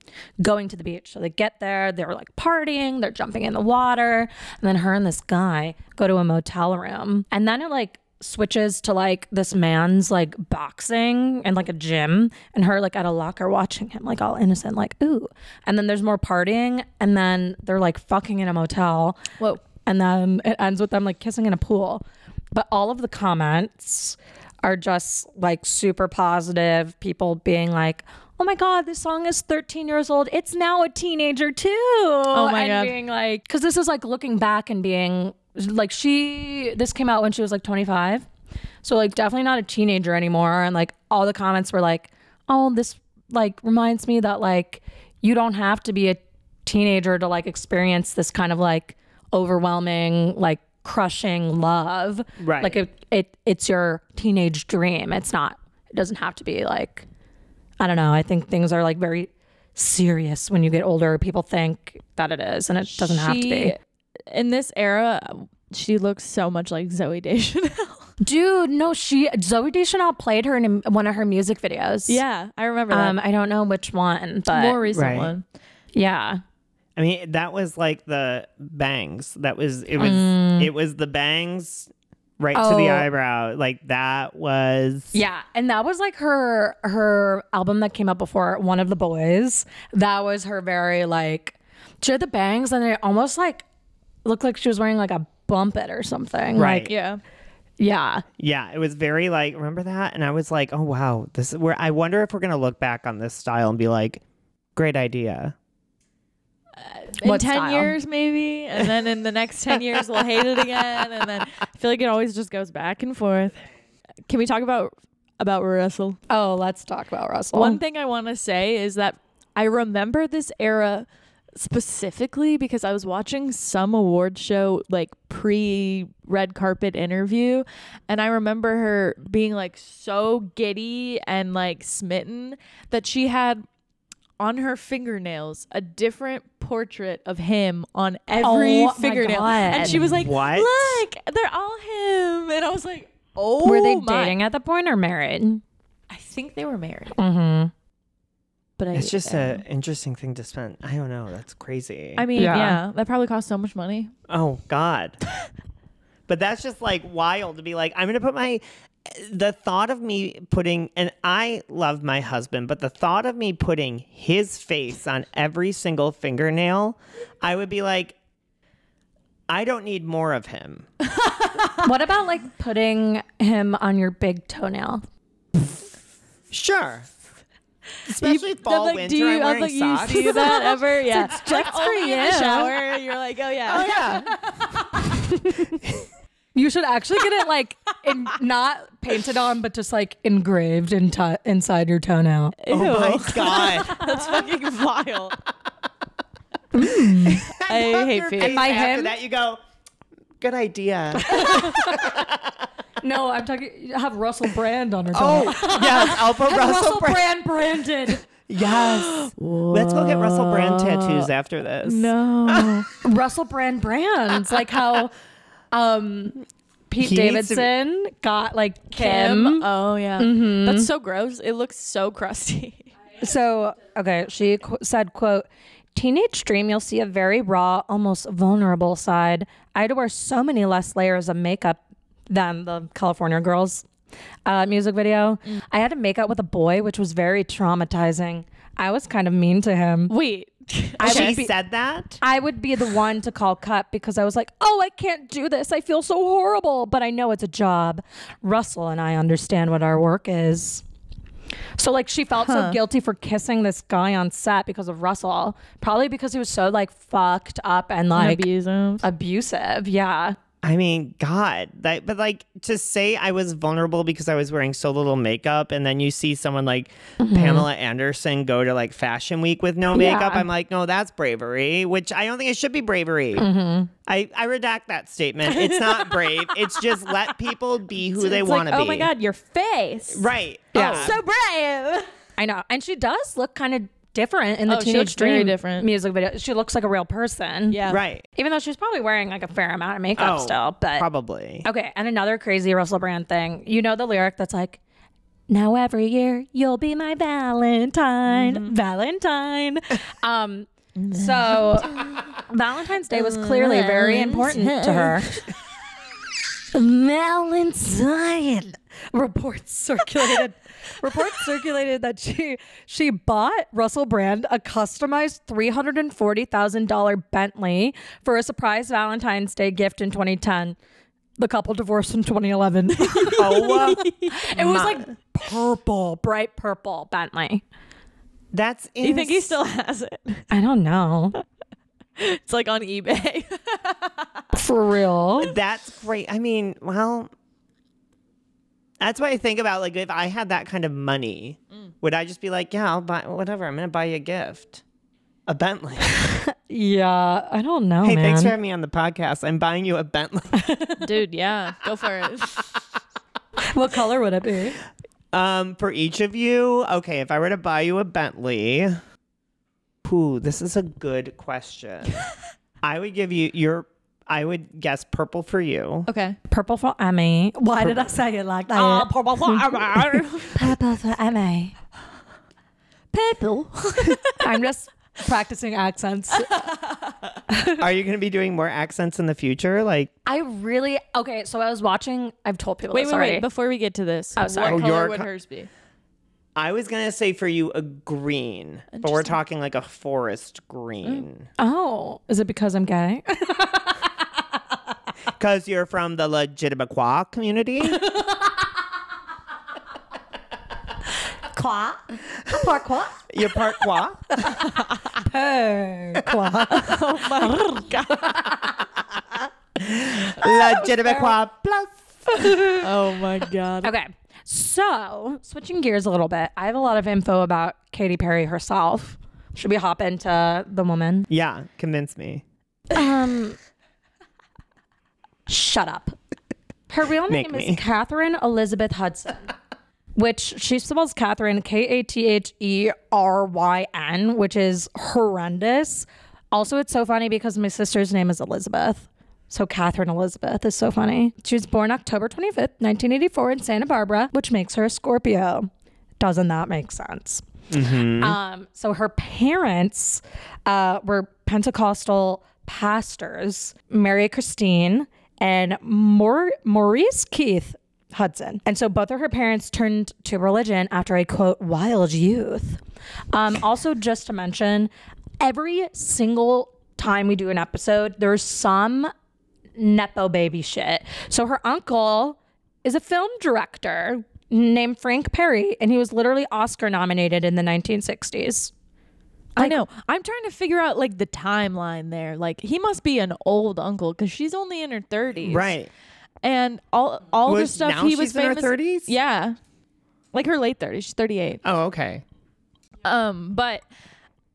going to the beach. So they get there, they're like partying, they're jumping in the water, and then her and this guy go to a motel room, and then it like switches to like this man's like boxing and like a gym and her like at a locker watching him like all innocent like ooh and then there's more partying and then they're like fucking in a motel whoa, and then it ends with them like kissing in a pool. But all of the comments are just like super positive, people being like, Oh my God, this song is 13 years old. It's now a teenager too. Oh my and God. being like, because this is like looking back and being like, she, this came out when she was like 25. So, like, definitely not a teenager anymore. And like, all the comments were like, Oh, this like reminds me that like you don't have to be a teenager to like experience this kind of like overwhelming, like crushing love. Right. Like it, it it's your teenage dream. It's not it doesn't have to be like I don't know. I think things are like very serious when you get older. People think that it is and it doesn't have to be. In this era, she looks so much like Zoe Deschanel. Dude, no, she Zoe Deschanel played her in one of her music videos. yeah, I remember Um, I don't know which one, but that more recent Right. one. yeah. I mean, that was like the bangs. That was it was it was the bangs right to the Mm. Oh. eyebrow. Like that was Yeah, and that was like her her album that came out before One of the Boys. That was her very like she had the bangs and it almost like looked like she was wearing like a bumpet or something. Right. Like, Yeah, yeah. Yeah, it was very like remember that, and I was like, oh wow, this is where I wonder if we're gonna look back on this style and be like, great idea. in What 10 style? years maybe and then in the next 10 years we'll hate it again [laughs] and then i feel like it always just goes back and forth can we talk about about russell Oh, let's talk about Russell. one thing i want to say is that i remember this era specifically because i was watching some award show like pre red carpet interview and i remember her being like so giddy and like smitten that she had on her fingernails a different portrait of him on every Oh my fingernail. God. And she was like, What? Look, they're all him. And I was like, Oh, were they my." dating at the point or married? I think they were married. Mm-hmm. But I, It's just I, an interesting thing to spend. I don't know. That's crazy. I mean, Yeah. [laughs] yeah. that probably cost so much money. oh God. But that's just like wild to be like, I'm going to put my. The thought of me putting, and I love my husband, but the thought of me putting his face on every single fingernail, I would be like, I don't need more of him. What about like putting him on your big toenail? Sure. Especially fall, like, winter, [laughs] do you, I'm I wearing was like, you socks. see that ever? Yeah. It's just for In the you. [laughs] shower, you're like, oh yeah. oh, yeah. You should actually get it like in, not painted on, but just like engraved in t- inside your toenail. Oh, [laughs] my Ew. God. That's fucking vile. [laughs] I love hate your feet. face Am I After him? that, you go, good idea. No, I'm talking. Have Russell Brand on her toenail. oh, [laughs] yes. I'll put Have Russell, Brand. Brand branded. Yes. Let's go get Russell Brand tattoos after this. No. Russell Brand brands, like how um Pete He needs to be- Davidson got like Kim. Kim. Oh yeah. That's so gross. It looks so crusty. [laughs] So, okay, she qu- said, quote, Teenage dream, you'll see a very raw, almost vulnerable side. I had to wear so many less layers of makeup than the California Girls uh, music video. I had to make out with a boy, which was very traumatizing. I was kind of mean to him. Wait. I she would be- said that. I would be the one to call cut because I was like, oh, I can't do this. I feel so horrible, but I know it's a job. Russell and I understand what our work is. So, like, she felt so guilty for kissing this guy on set because of Russell, probably because he was so, like, fucked up and, like, abusive. Yeah. I mean, God, that, but like to say I was vulnerable because I was wearing so little makeup, and then you see someone like Pamela Anderson go to like Fashion Week with no makeup. Yeah. I'm like, no, that's bravery, which I don't think it should be bravery. I, I redact that statement. It's not brave. it's just let people be who they It's want like, to be. Oh my god, your face. Right. Yeah. Oh. So brave. I know. And she does look kind of different in the Oh, she Teenage looks very Dream different. music video. She looks like a real person. Yeah. right. Even though she's probably wearing, like, a fair amount of makeup Oh, still, but. Probably. Okay, and another crazy Russell Brand thing. You know the lyric that's like, "Now every year you'll be my Valentine, [laughs] Valentine." Um, so [laughs] Valentine's Day was clearly very important to her. Valentine reports [laughs] circulated reports circulated that she she bought Russell Brand a customized three hundred and forty thousand dollar Bentley for a surprise Valentine's Day gift in twenty ten. The couple divorced in [laughs] 2011. it Oh, [laughs] was like purple, bright purple Bentley. that's Do you think he still has it? [laughs] I don't know. It's like on eBay. [laughs] For real. That's great. I mean, well, that's what I think about. Like, if I had that kind of money, Mm. would I just be like, yeah, I'll buy whatever. I'm going to buy you a gift, a Bentley. Yeah, I don't know, hey, man. thanks for having me on the podcast. I'm buying you a Bentley. Dude, yeah. Go for it. [laughs] what color would it be? um, for each of you, okay, if I were to buy you a Bentley, ooh, this is a good [laughs] question. I would give you your. I would guess purple for [laughs] you. Okay. Purple for Emmy. Ah, Why did I say it like that? purple for purple for Emmy. Purple. [laughs] I'm just practicing accents. Are you going to be doing more accents in the future? Like, I really okay. So I was watching. I've told people. Wait, this wait, already. wait. Before we get to this, Oh, sorry. Oh, what color your would co- hers be? I was gonna say for you a green, but we're talking like a forest green oh, is it because I'm gay? Mm. [laughs] because you're from the Legitimaquah community. [laughs] Qua, poor qua, you're part [laughs] Qua. Legitimaquah plus. Oh my god. Okay, so switching gears a little bit, I have a lot of info about Katy Perry herself. Should we hop into the woman? Yeah, convince me. Um, shut up. Her real Make name me. is Catherine Elizabeth Hudson, which she spells Catherine K A T H E R Y N, which is horrendous. Also, it's so funny because my sister's name is Elizabeth. So, Catherine Elizabeth is so funny. She was born October 25th, 1984, in Santa Barbara, which makes her a Scorpio. Doesn't that make sense? Um, so her parents uh, were Pentecostal pastors, Mary Christine and Maur- Maurice Keith Hudson. And so both of her parents turned to religion after a quote, wild youth. Um, also, just to mention, every single time we do an episode, there's some Nepo baby shit. So her uncle is a film director named Frank Perry, and he was literally Oscar nominated in the 1960s. I know. I'm trying to figure out like the timeline there. Like he must be an old uncle because she's only in her 30s, Right. And all all the Was- stuff now he was she's in her 30s? famous. Yeah, like her late 30s. She's 38. Oh, okay. Um, but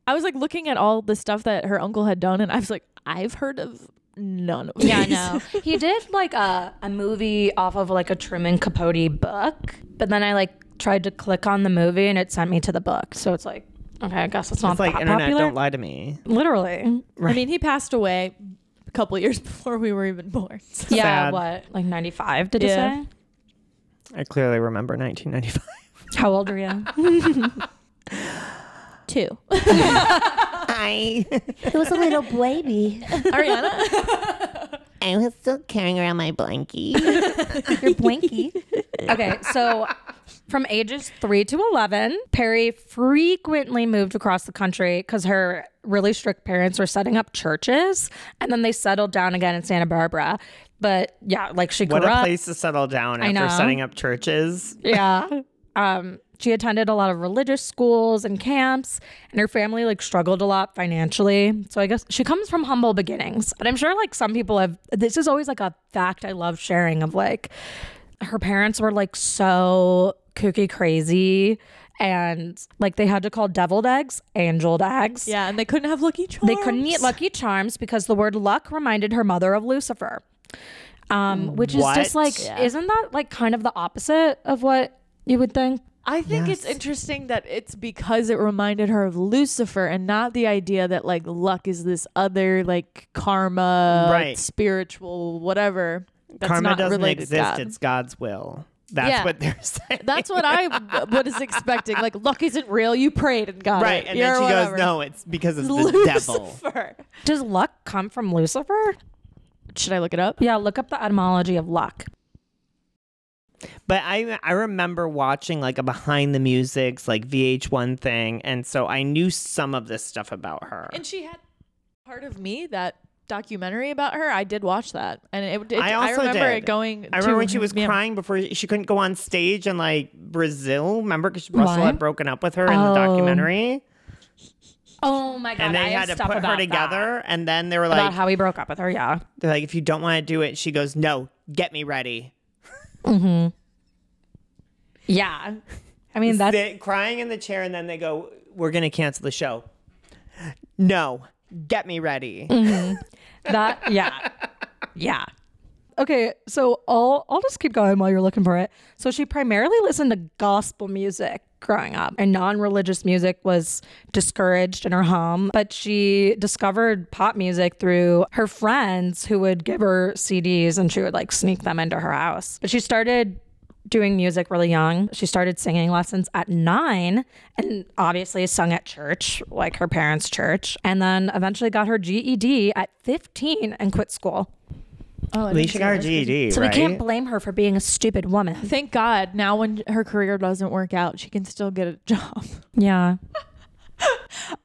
I was like looking at all the stuff that her uncle had done, and I was like, I've heard of none of Yeah, I these. know. he did like a, a movie off of like a Truman Capote book, but then I like tried to click on the movie and it sent me to the book. So it's like, okay, I guess it's not It's like that internet. popular. Don't lie to me. literally. [laughs] I mean, he passed away a couple years [laughs] before we were even born. So. Yeah, Sad. what? Like 95, did Yeah. you say? I clearly remember [laughs] 1995. How old are you? Two. I It was a little baby. [laughs] Ariana. [laughs] I was still carrying around my blankie. Your blankie. [laughs] Okay, so from ages three to 11, Perry frequently moved across the country because her really strict parents were setting up churches and then they settled down again in Santa Barbara. But yeah, like she grew what a up. place to settle down know. after setting up churches. Yeah. Um, she attended a lot of religious schools and camps, and her family like struggled a lot financially. So I guess she comes from humble beginnings. But I'm sure like some people have this is always like a fact I love sharing of like her parents were like so kooky crazy and like they had to call deviled eggs angeled eggs. Yeah, and they couldn't have Lucky Charms. They couldn't eat Lucky Charms because the word luck reminded her mother of Lucifer. Um, which is just What? like, Yeah. isn't that like kind of the opposite of what you would think? I think it's interesting that it's because it reminded her of Lucifer and not the idea that like luck is this other like karma, Right. spiritual, whatever. That's Karma not doesn't related exist. To God. It's God's will. That's Yeah. what they're [laughs] saying. That's what [laughs] I w- was expecting. Like luck isn't real. You prayed and got right. it. And You're then she whatever. goes, "No, it's because of the [laughs] devil." Lucifer. Does luck come from Lucifer? Should I look it up? Yeah, look up the etymology of luck. But I I remember watching like a behind the music's like VH1 thing, and so I knew some of this stuff about her. And she had part of me that documentary about her. I did watch that, and it. it I also remember did. it going. I remember to- when she was yeah. crying before she couldn't go on stage in like Brazil. Remember because Russell Why? had broken up with her in Oh. the documentary, Oh my god! and they I had have to stuff put her about that. together. And then they were about like, how he broke up with her. Yeah, they're like, if you don't want to do it, she goes, no, get me ready. yeah. I mean [laughs] that's Sit- crying in the chair, and then they go, we're gonna cancel the show. No, get me ready. Mm-hmm. that yeah yeah okay so i'll i'll just keep going while you're looking for it so she primarily listened to gospel music growing up and non-religious music was discouraged in her home but she discovered pop music through her friends who would give her cds and she would like sneak them into her house but she started doing music really young. She started singing lessons at nine and obviously sung at church, like her parents' church, and then eventually got her GED at 15 and quit school. Oh, I At least didn't she see got her that. GED, So right? we can't blame her for being a stupid woman. Thank God. Now, when her career doesn't work out, she can still get a [laughs] job. Yeah.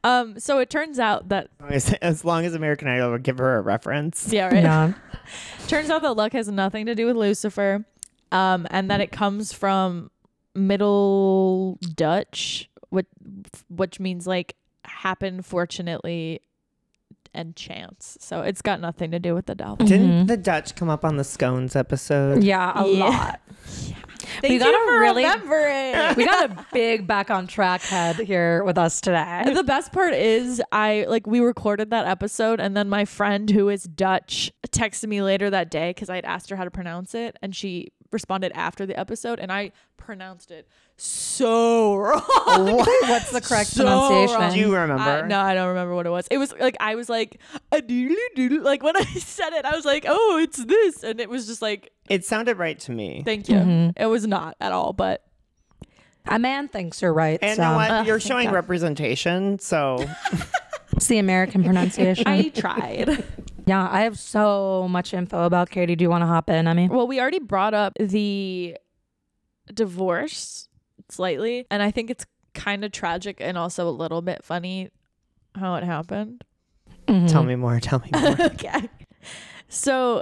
Um. So it turns out that As- [laughs] as long as American Idol will give her a reference. yeah, right. Yeah. [laughs] Turns out that luck has nothing to do with Lucifer, um, and that it comes from Middle Dutch, which which means like happen fortunately and chance. So it's got nothing to do with the devil. [laughs] Didn't the Dutch come up on the scones episode? Mm-hmm. Yeah, a Yeah. lot. Thank you gotta really- [laughs] remembering. [laughs] We got a big back on track head here with us today. the best part is I like we recorded that episode and then my friend who is Dutch texted me later that day because I'd asked her how to pronounce it and she responded after the episode and I pronounced it [laughs] so wrong. What's the correct So Do pronunciation? you remember? [laughs] I, no, I don't remember what it was. It was like I was like a doodle doodle. Like when I [laughs] said it, I was like, oh, it's this, and it was just like, It sounded right to me. thank you. It was not at all, but A man thinks you're right. And so you know what? Ugh, You're thank showing God. representation, so [laughs] it's the American pronunciation. I tried. Yeah, I have so much info about Katie. Do you want to hop in? I mean, Well, we already brought up the divorce slightly, and I think it's kind of tragic and also a little bit funny how it happened. [laughs] Mm-hmm. Tell me more. Tell me more. okay. So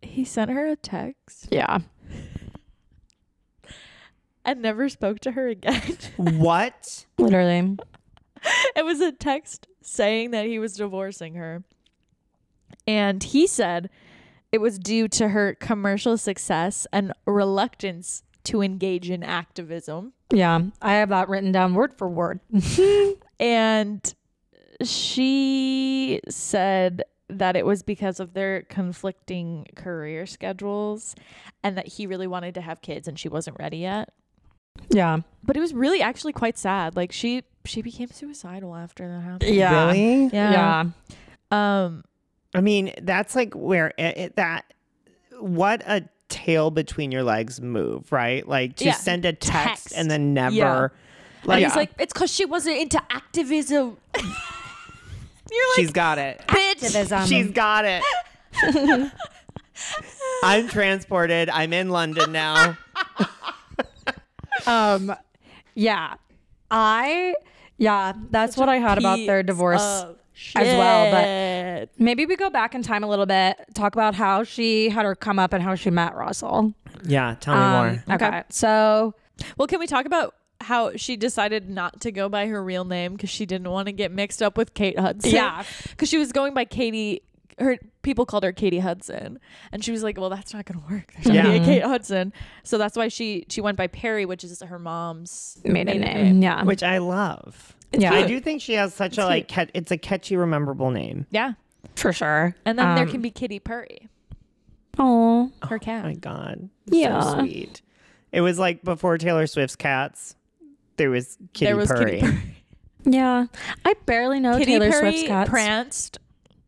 he sent her a text Yeah. and never spoke to her again. [laughs] [laughs] what? Literally. it was a text saying that he was divorcing her. And he said it was due to her commercial success and reluctance to engage in activism. Yeah. I have that written down word for word. [laughs] And she said that it was because of their conflicting career schedules and that he really wanted to have kids and she wasn't ready yet. yeah. But it was really actually quite sad. Like she she became suicidal after that happened. Yeah. Really? Yeah. Um I mean, that's like where it, it- that what a tail between your legs move, right? Like to Yeah. send a text, Text. and then never. Yeah. Like, he's like, it's because she wasn't into activism. she's got it. Activism. She's got it. I'm transported. I'm in London now. um, yeah. I, yeah, that's what I had about their divorce. as well, well. Maybe we go back in time a little bit, talk about how she had her come up and how she met Russell. Um, Yeah, tell me more. okay. Okay. So, But well, can we talk about how she decided not to go by her real name because she didn't want to get mixed up with Kate Hudson? Yeah. because she was going by Katie. Her people called her Katie Hudson, and she was like, "Well, that's not going to work. There's going to be Yeah. a Kate Hudson." So that's why she she went by Perry, which is her mom's maiden maiden name. Yeah. Um, Which I love. yeah. I do think she has such a like. Cat- it's a catchy, rememberable name. Yeah, For sure. Um, and then there can be Kitty Perry, Oh, her cat. Oh my god. Yeah. So sweet. It was like before Taylor Swift's cats. There was Kitty there was Purry. Kitty Perry. yeah. I barely know Kitty Oh, Taylor Perry Swift's cats. pranced,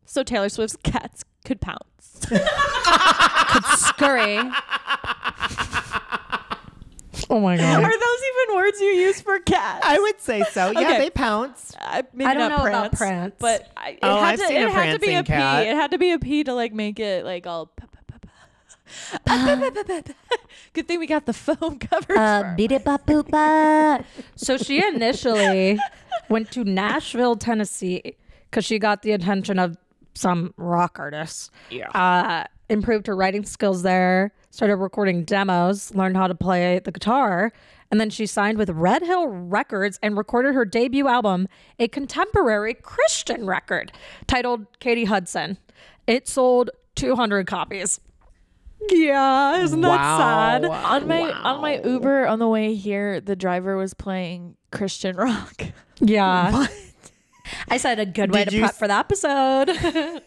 so Taylor Swift's cats could pounce. Could [laughs] scurry. oh my Are god. those even words you use for cats? [laughs] I would say so. Yeah, Okay. they pounce. I, maybe I don't not know about prance, prance. but I, it Oh, had I've to, seen it a had to be prancing a cat. P. It had to be a P to like make it like all. pa- pa- pa- Uh-huh. [laughs] pa- pa- pa- pa- pa- pa. Good thing we got the foam [laughs] cover. Uh, beat it, ba, boop, ba. So she initially went to Nashville, Tennessee, because she got the attention of some rock artists. Yeah. Uh, improved her writing skills there, started recording demos, learned how to play the guitar, and then she signed with Red Hill Records and recorded her debut album, a contemporary Christian record titled Katie Hudson. It sold 200 copies. Yeah, isn't Wow. that sad? on my on my Uber on the way here, the driver was playing Christian rock. [laughs] Yeah. I said a good way Did to you prep s- for the episode.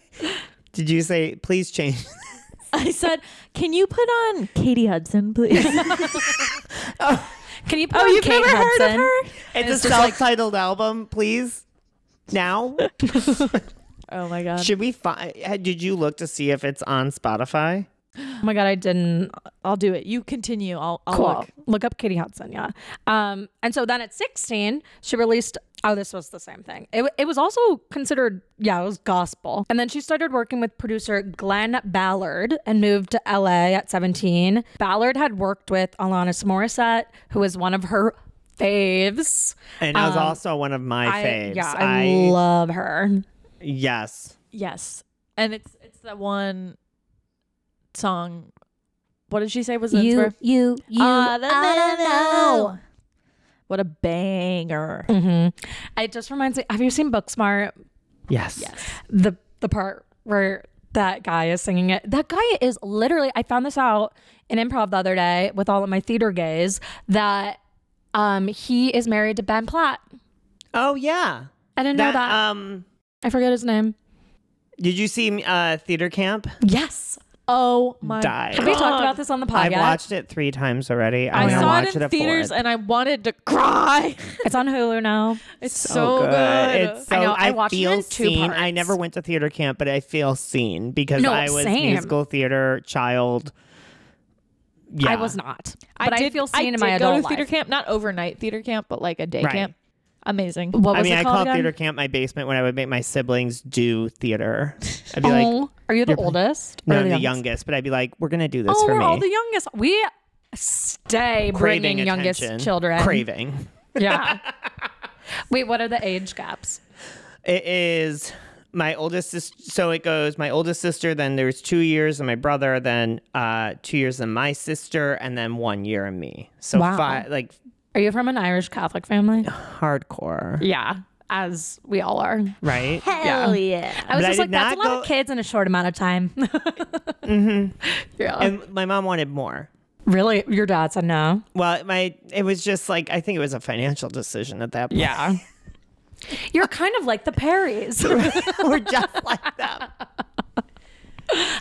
[laughs] Did you say please change? I said, "Can you put on Katie Hudson, please?" [laughs] Can Oh, you put on Kate Hudson? It's, a self-titled album, please. Now, Oh my god! should we find? Did you look to see if it's on Spotify? Oh my god, I didn't. I'll do it. You continue. I'll, I'll Cool. look. Look. up Katie Hudson, yeah. Um, and so then at 16, she released. Oh, this was the same thing. It, w- it was also considered, yeah, it was gospel. And then she started working with producer Glenn Ballard and moved to LA at 17. Ballard had worked with Alanis Morissette, who is one of her faves. And it was also one of my faves. yeah, Um, I love her. yes. Yes, and it's it's that one song. What did she say was the You, inspir- you, you. I don't know. know. What a banger! It just reminds me. Have you seen Booksmart? Yes. The the part where that guy is singing it. That guy is literally. I found this out in improv the other day with all of my theater gays that um he is married to Ben Platt. Oh yeah. I didn't know That, that. um. I forget his name. Did you see uh, Theater Camp? Yes. Oh my! Die. Have we talked about this on the podcast? I've watched it three times already. I I'm gonna saw watch it in a theaters fourth. and I wanted to cry. [laughs] It's on Hulu now. It's so, So good. Oh, It's so, I I, know, I watched it feel in two seen. I parts. never went to theater camp, but I feel seen because No, I was same. musical theater child. Yeah. I was not, but I, feel seen in did my go adult to theater life. camp, not overnight theater camp, but like a day Right. camp. Amazing. What was I mean, it I called call again? theater camp my basement when I would make my siblings do theater. I'd be [laughs] Oh, like, are you the you're- oldest? no, or I'm the youngest. youngest? but I'd be like, we're gonna do this Oh, for we're me. all the youngest. We stay Craving bringing youngest attention. children. Craving. Yeah. [laughs] Wait, what are the age gaps? It is my oldest sis so it goes my oldest sister, then there's two years and my brother, then uh two years and my sister, and then one year and me. So Wow. five like Are you from an Irish Catholic family? hardcore. Yeah, as we all are. Right? Hell yeah. I was But I just did like, that's a not lot of go- kids in a short amount of time. [laughs] Yeah. and my mom wanted more. really? Your dad said no? Well, my it was just like I think it was a financial decision at that point. [laughs] Yeah. You're kind of like the Perrys. We're just like them.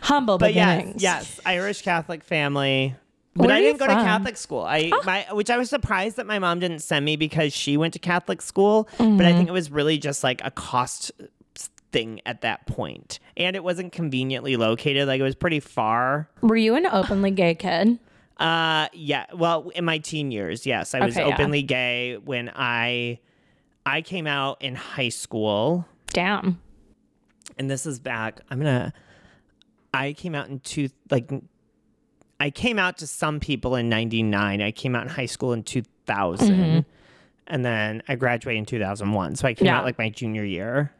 Humble But yes, beginnings. yes, Irish Catholic family. But Where I are you didn't go to from? Oh. Catholic school. I my which I was surprised that my mom didn't send me because she went to Catholic school. But I Mm-hmm. think it was really just like a cost thing at that point, and it wasn't conveniently located. Like it was pretty far. Were you an openly gay kid? Uh, yeah. Well, in my teen years, yes, I was Okay, yeah. openly gay when I I came out in high school, Damn. and this is back. I'm gonna. I came out in two like. I came out to some people in '99. I came out in high school in 2000, Mm-hmm. and then I graduated in 2001. So I came Yeah. Mm-hmm. out like my junior year.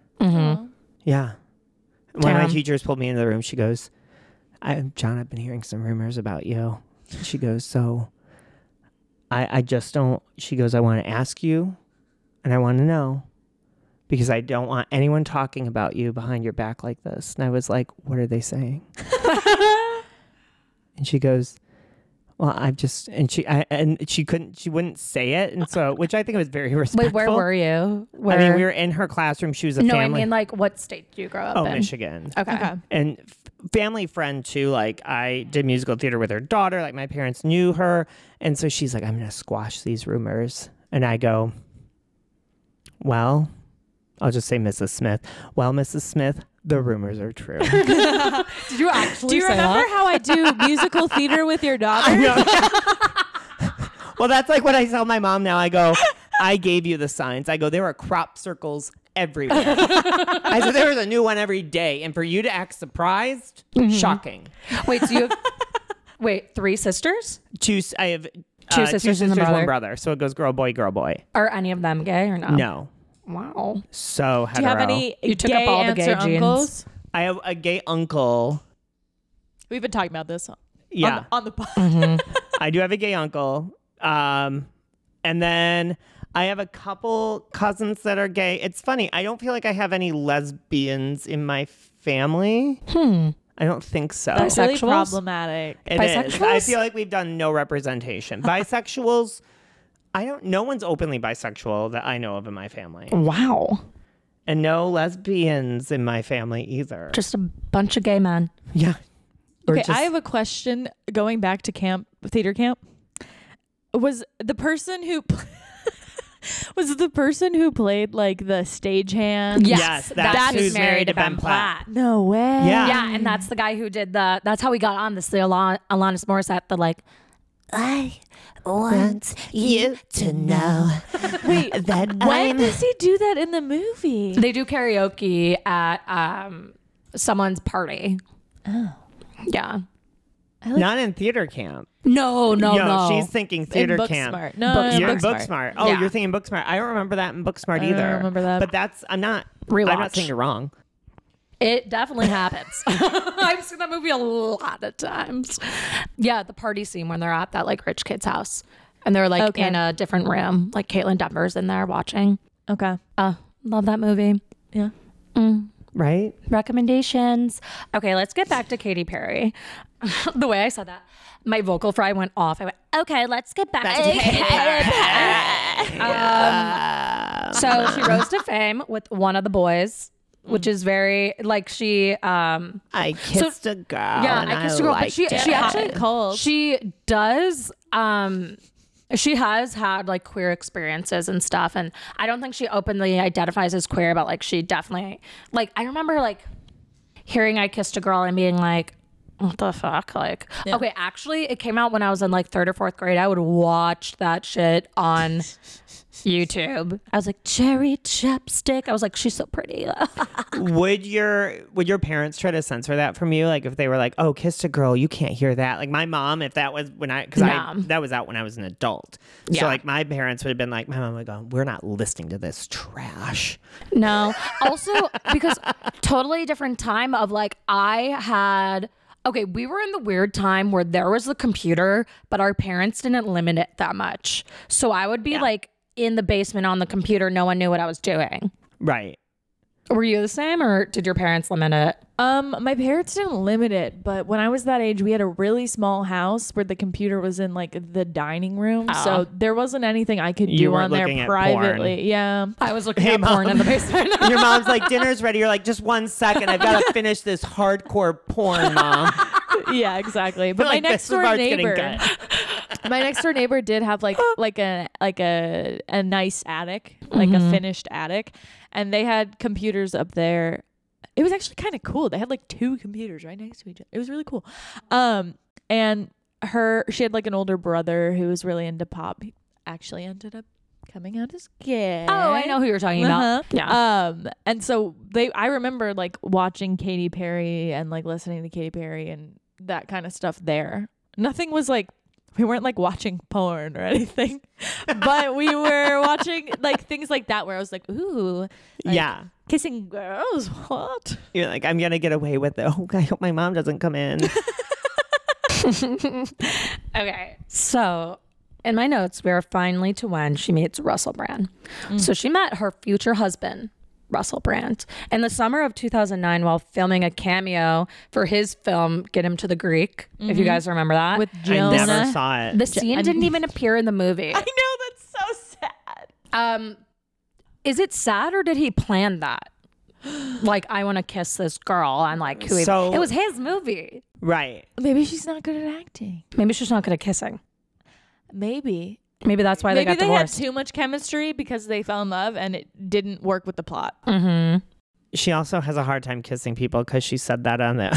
Yeah. One of Damn. my teachers pulled me into the room. She goes, I, John, I've been hearing some rumors about you. She goes, So I, I just don't. She goes, I want to ask you and I want to know because I don't want anyone talking about you behind your back like this. And I was like, What are [laughs] they saying? and she goes, well, I've just and she I, and she couldn't she wouldn't say it and so which I think was very respectful. Wait, where were you? Where? I mean, we were in her classroom. She was a no, family. I mean, like, what state do you grow up oh, in? Michigan Okay. and f- family friend too. Like I did musical theater with her daughter. Like my parents knew her, and so she's like, "I'm gonna squash these rumors." And I go, "Well, I'll just say Mrs. Smith. Well, Mrs. Smith, the rumors are true." [laughs] Did you actually Do you say remember that? how [laughs] I do musical theater with [laughs] your daughter? well, that's like what I tell my mom now. I go, "I gave you the signs." I go, "There are crop circles." Everywhere. I said there was a new one every day. And for you to act surprised, shocking. Wait, so you have, wait, three sisters? two. s- I have two sisters two and a sisters brother. one brother. So it goes girl, boy, girl, boy. Are any of them gay or not? No, Wow. so hetero. Do you have any You took gay up all the aunts gay or genes. uncles? I have a gay uncle. We've been talking about this. on- Yeah, [laughs] On the, on the pod. Mm-hmm. I do have a gay uncle. Um, and then I have a couple cousins that are gay. It's funny. I don't feel like I have any lesbians in my family. Hmm. I don't think so. That's- really Bisexuals? problematic. It is. I bisexuals? feel like we've done no representation. Bisexuals. I don't. No one's openly bisexual that I know of in my family. Wow. and no lesbians in my family either. Just a bunch of gay men. yeah. Or Okay, just- I have a question going back to camp, theater camp. Was the person who pl- [laughs] was the person who played like the stagehand? Yes, Yes, that's that's who's who's married married to to Ben Ben Platt. Mm. No way. Yeah. Yeah, and that's the guy who did the. That's how we got on this. The Alon- Alanis Morissette, the like, I want you to know Wait. [laughs] that Why I'm does he do that in the movie? they do karaoke at um someone's party. Oh, yeah. not in theater camp. No, no, Yo, no. she's thinking In theater camp. Booksmart. No, no, no, You're in Booksmart. Booksmart. Oh, Yeah. you're thinking Booksmart. I don't remember that in Booksmart don't either. remember that. But that's I'm not. I'm Rewatch. not saying you're wrong. It definitely happens. [laughs] I've seen that movie a lot of times. Yeah, the party scene when they're at that like rich kid's house and they're like Okay. in a different room, like Caitlin Denver's in there watching. Okay. Uh, love that movie. Yeah. Right? Recommendations. Okay, let's get back to Katy Perry. [laughs] the way I said that, my vocal fry went off. I went, okay, let's get back to Katy Perry. [laughs] Um, so she rose to fame with one of the boys, which is very like she. Um, I kissed a girl. yeah, and Oh, I kissed a girl, but liked she it. she actually and cold. She does. Um, she has had like queer experiences and stuff, and I don't think she openly identifies as queer, but like she definitely like I remember like hearing I kissed a girl and being like, what the fuck? Like, okay, actually, it came out when I was in like third or fourth grade. I would watch that shit on YouTube. I was like, cherry chapstick. I was like, she's so pretty. [laughs] would your would your parents try to censor that from you? Like if they were like, "Oh, kissed a girl, you can't hear that." Like my mom, if that was when I because I No. that was out when I was an adult, so like my parents would have been like, "My mom would go, we're not listening to this trash." No. Also, because totally different time of like I had okay, we were in the weird time where there was the computer, but our parents didn't limit it that much. So I would be like in the basement on the computer, no one knew what I was doing. Right. Were you the same or did your parents limit it? Um, my parents didn't limit it, but when I was that age, we had a really small house where the computer was in like the dining room, so there wasn't anything I could Ah. You do weren't on there looking at porn. privately. Yeah, I was looking at porn in the basement. Your mom's like, "Dinner's ready." You're like, "Just one second, I've [laughs] got to finish this hardcore porn, mom." yeah, exactly. But like, my next this is door where it's getting neighbor, my next door neighbor did [laughs] have like like a like a a nice attic, like Mm-hmm. a finished attic, and they had computers up there. It was actually kind of cool. They had like two computers right next to each other. It was really cool. Um, and her she had like an older brother who was really into pop. He actually ended up coming out as gay. [laughs] Oh, I know who you're talking Uh-huh. about. Yeah. Um, and so they, I remember like watching Katy Perry and like listening to Katy Perry and that kind of stuff there. Nothing was like, we weren't like watching porn or [laughs] anything, but we were watching like things like that where I was like, ooh, [laughs] like, yeah. kissing girls, what? You're like, I'm gonna get away with it. [laughs] Oh, I hope my mom doesn't come [laughs] in. Okay. So in my notes, we are finally to when she meets Russell Brand. So she met her future husband, Russell Brand, in the summer of 2009 while filming a cameo for his film, Get Him to the Greek, if you guys remember that. With I Jonah. never saw it. Mm-hmm. the scene didn't even appear in the [laughs] movie. I know that's so sad. Um, is it sad or did he plan [gasps] that? Like I want to kiss this girl and like who? he- So- it was his movie. Right. Maybe she's not good at acting. Maybe she's not good at kissing. Maybe. Maybe that's why Maybe they got they had divorced. too much chemistry because they fell in love and it didn't work with the plot. Mm-hmm. She also has a hard time kissing people because she said that on the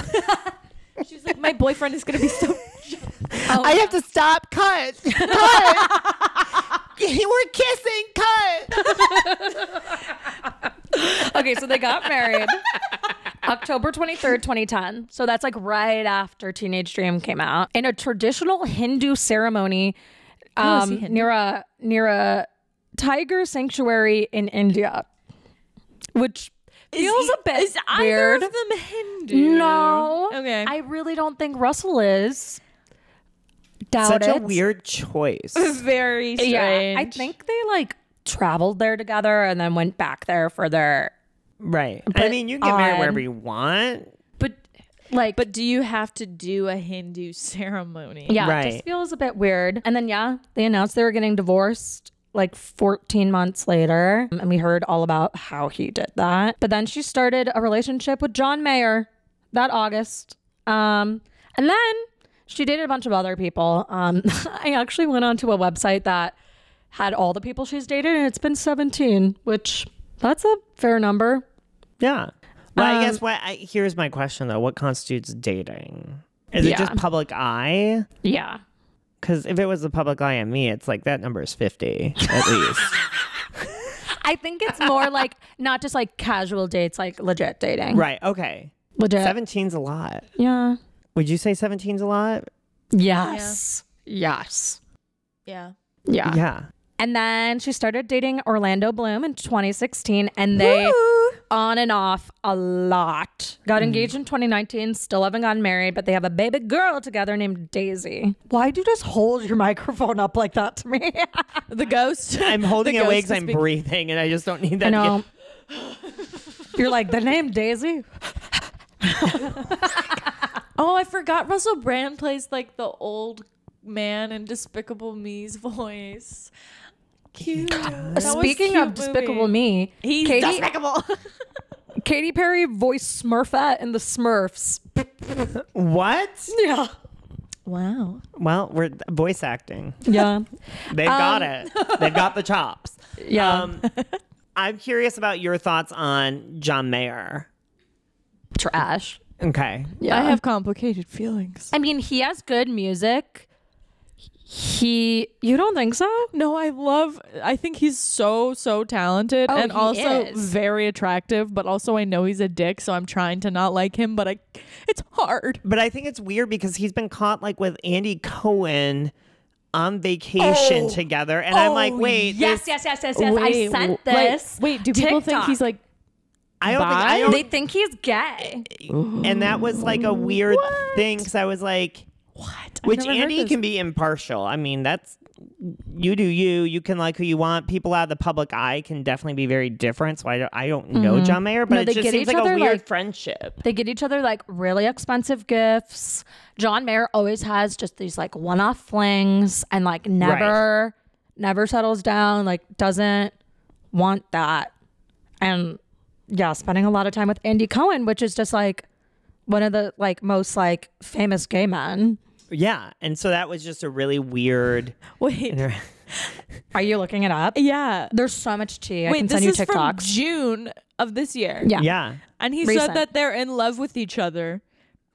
She's like, my boyfriend is gonna be so. Oh. [laughs] I have to stop. Cut. Cut. [laughs] We're kissing. Cut. okay, so they got married [laughs] October 23rd, 2010. So that's like right after Teenage Dream came out. In a traditional Hindu ceremony Oh, is um, he Hindu? near, a, near a tiger sanctuary in India, which feels a bit weird. them Hindu? no. Okay. I really don't think Russell is. Doubt Such a it. weird [laughs] choice. Very strange. Yeah, I think they like traveled there together and then went back there for their Right. I mean, you can get married odd. wherever you want. But like but do you have to do a Hindu ceremony? Yeah, it Right. just feels a bit weird. And then yeah, they announced they were getting divorced like 14 months later, and we heard all about how he did that. But then she started a relationship with John Mayer that August. Um, and then she dated a bunch of other people. Um, [laughs] I actually went onto a website that had all the people she's dated, and it's been 17, which that's a fair number. Yeah. Well, I Um, guess what I, here's my question though: What constitutes dating? Is it just Yeah. public eye? Yeah. Because if it was the public eye on me, it's like that number is fifty [laughs] at least. I think it's more like not just like casual dates, like legit dating. right. Okay. Legit. 17's a lot. Yeah. Would you say 17's a lot? Yes. Yes. Yeah. Yeah. Yeah. And then she started dating Orlando Bloom in 2016, and they on and off a lot. Got engaged in 2019, still haven't gotten married, but they have a baby girl together named Daisy. Why do you just hold your microphone up like that to me? The ghost. [laughs] I'm holding The it away ghost because is I'm speak- breathing and I just don't need that. I to get- know. [laughs] You're like, the name Daisy? oh, I forgot. Russell Brand plays like the old man in Despicable Me's voice. Cute. That was Speaking cute of Despicable movie. Me, He's Katie, despicable. Katy Perry voiced Smurfette in The Smurfs. What? Yeah. wow. Well, we're voice acting. [laughs] Yeah. They've got Um, it. They've [laughs] got the chops. Yeah. Um, I'm curious about your thoughts on John Mayer. Trash. Okay. Yeah. I [laughs] have complicated feelings. I mean, he has good music. He, you don't think so? No, I love. I think he's so so talented Oh, and he also is. very attractive. But also, I know he's a dick, so I'm trying to not like him. But I, it's hard. But I think it's weird because he's been caught like with Andy Cohen on vacation Oh. together. And I'm like, wait, Yes, this- yes, yes, yes, yes. I sent w- like, this. wait, do people think TikTok. he's like? I don't think I Bi? don't They think he's gay. and that was like a weird thing because I was like, What? I've which never heard Andy this. can be impartial. I mean, that's you do you. You can like who you want. People out of the public eye can definitely be very different. So I don't, I don't know John Mayer, but Mm-hmm. No, they it just get seems each like a other, weird like- friendship. They get each other like really expensive gifts. John Mayer always has just these like one off flings and like never, never settles down, like doesn't want that. And yeah, spending a lot of time with Andy Cohen, which is just like one of the like most like famous gay men. Yeah, and so that was just a really weird. [laughs] Wait, Are you looking it up? yeah. There's so much tea. I Wait, can this send you is from TikToks. June of this year. yeah. yeah, and he Recent. said that they're in love with each other,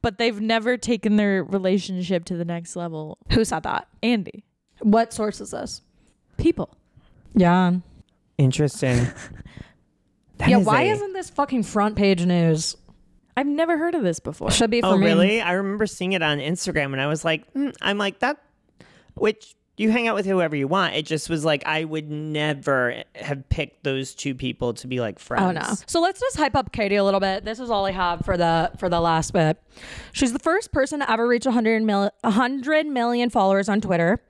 but they've never taken their relationship to the next level. Who said that? Andy, What source is this? people. Yeah. [laughs] interesting. That yeah. is Why a- isn't this fucking front page news? I've never heard of this before. Should be for Oh me. really? I remember seeing it on Instagram, and I was like, mm, I'm like that. Which you hang out with whoever you want. It just was like I would never have picked those two people to be like friends. Oh no. So let's just hype up Katie a little bit. This is all I have for the for the last bit. She's the first person to ever reach 100 mil- 100 million followers on Twitter.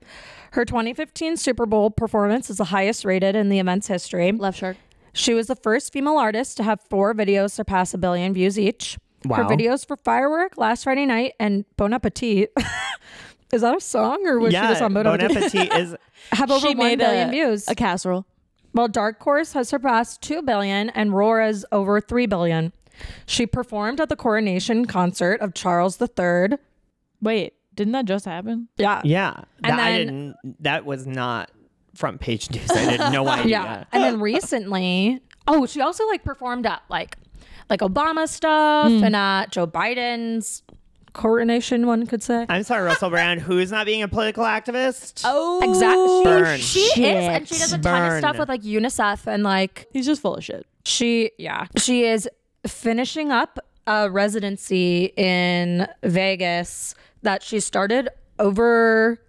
Her 2015 Super Bowl performance is the highest rated in the event's history. Left shark. She was the first female artist to have four videos surpass a billion views each. Her Wow. videos for Firework, Last Friday Night, and Bon Appetit. [laughs] is that a song or was she just on Bon, Bon Appetit? Appetit is [laughs] Have over she 1 made billion a, views. a casserole. Well, Dark Horse has surpassed 2 billion and Rora's over 3 billion. She performed at the coronation concert of Charles III. Wait, didn't that just happen? Yeah. yeah. that, I then- didn't. That was not front page news. I [laughs] had no idea. Yeah. And then recently, oh, she also like performed at like like Obama stuff and at Joe Biden's coronation, one could say. I'm sorry, Russell Brand, who is not being a political activist. Oh, Burn. Exactly. She, she is, and she shit. does a ton of Burn. stuff with like UNICEF and like He's just full of shit. She, yeah, she is finishing up a residency in Vegas that she started over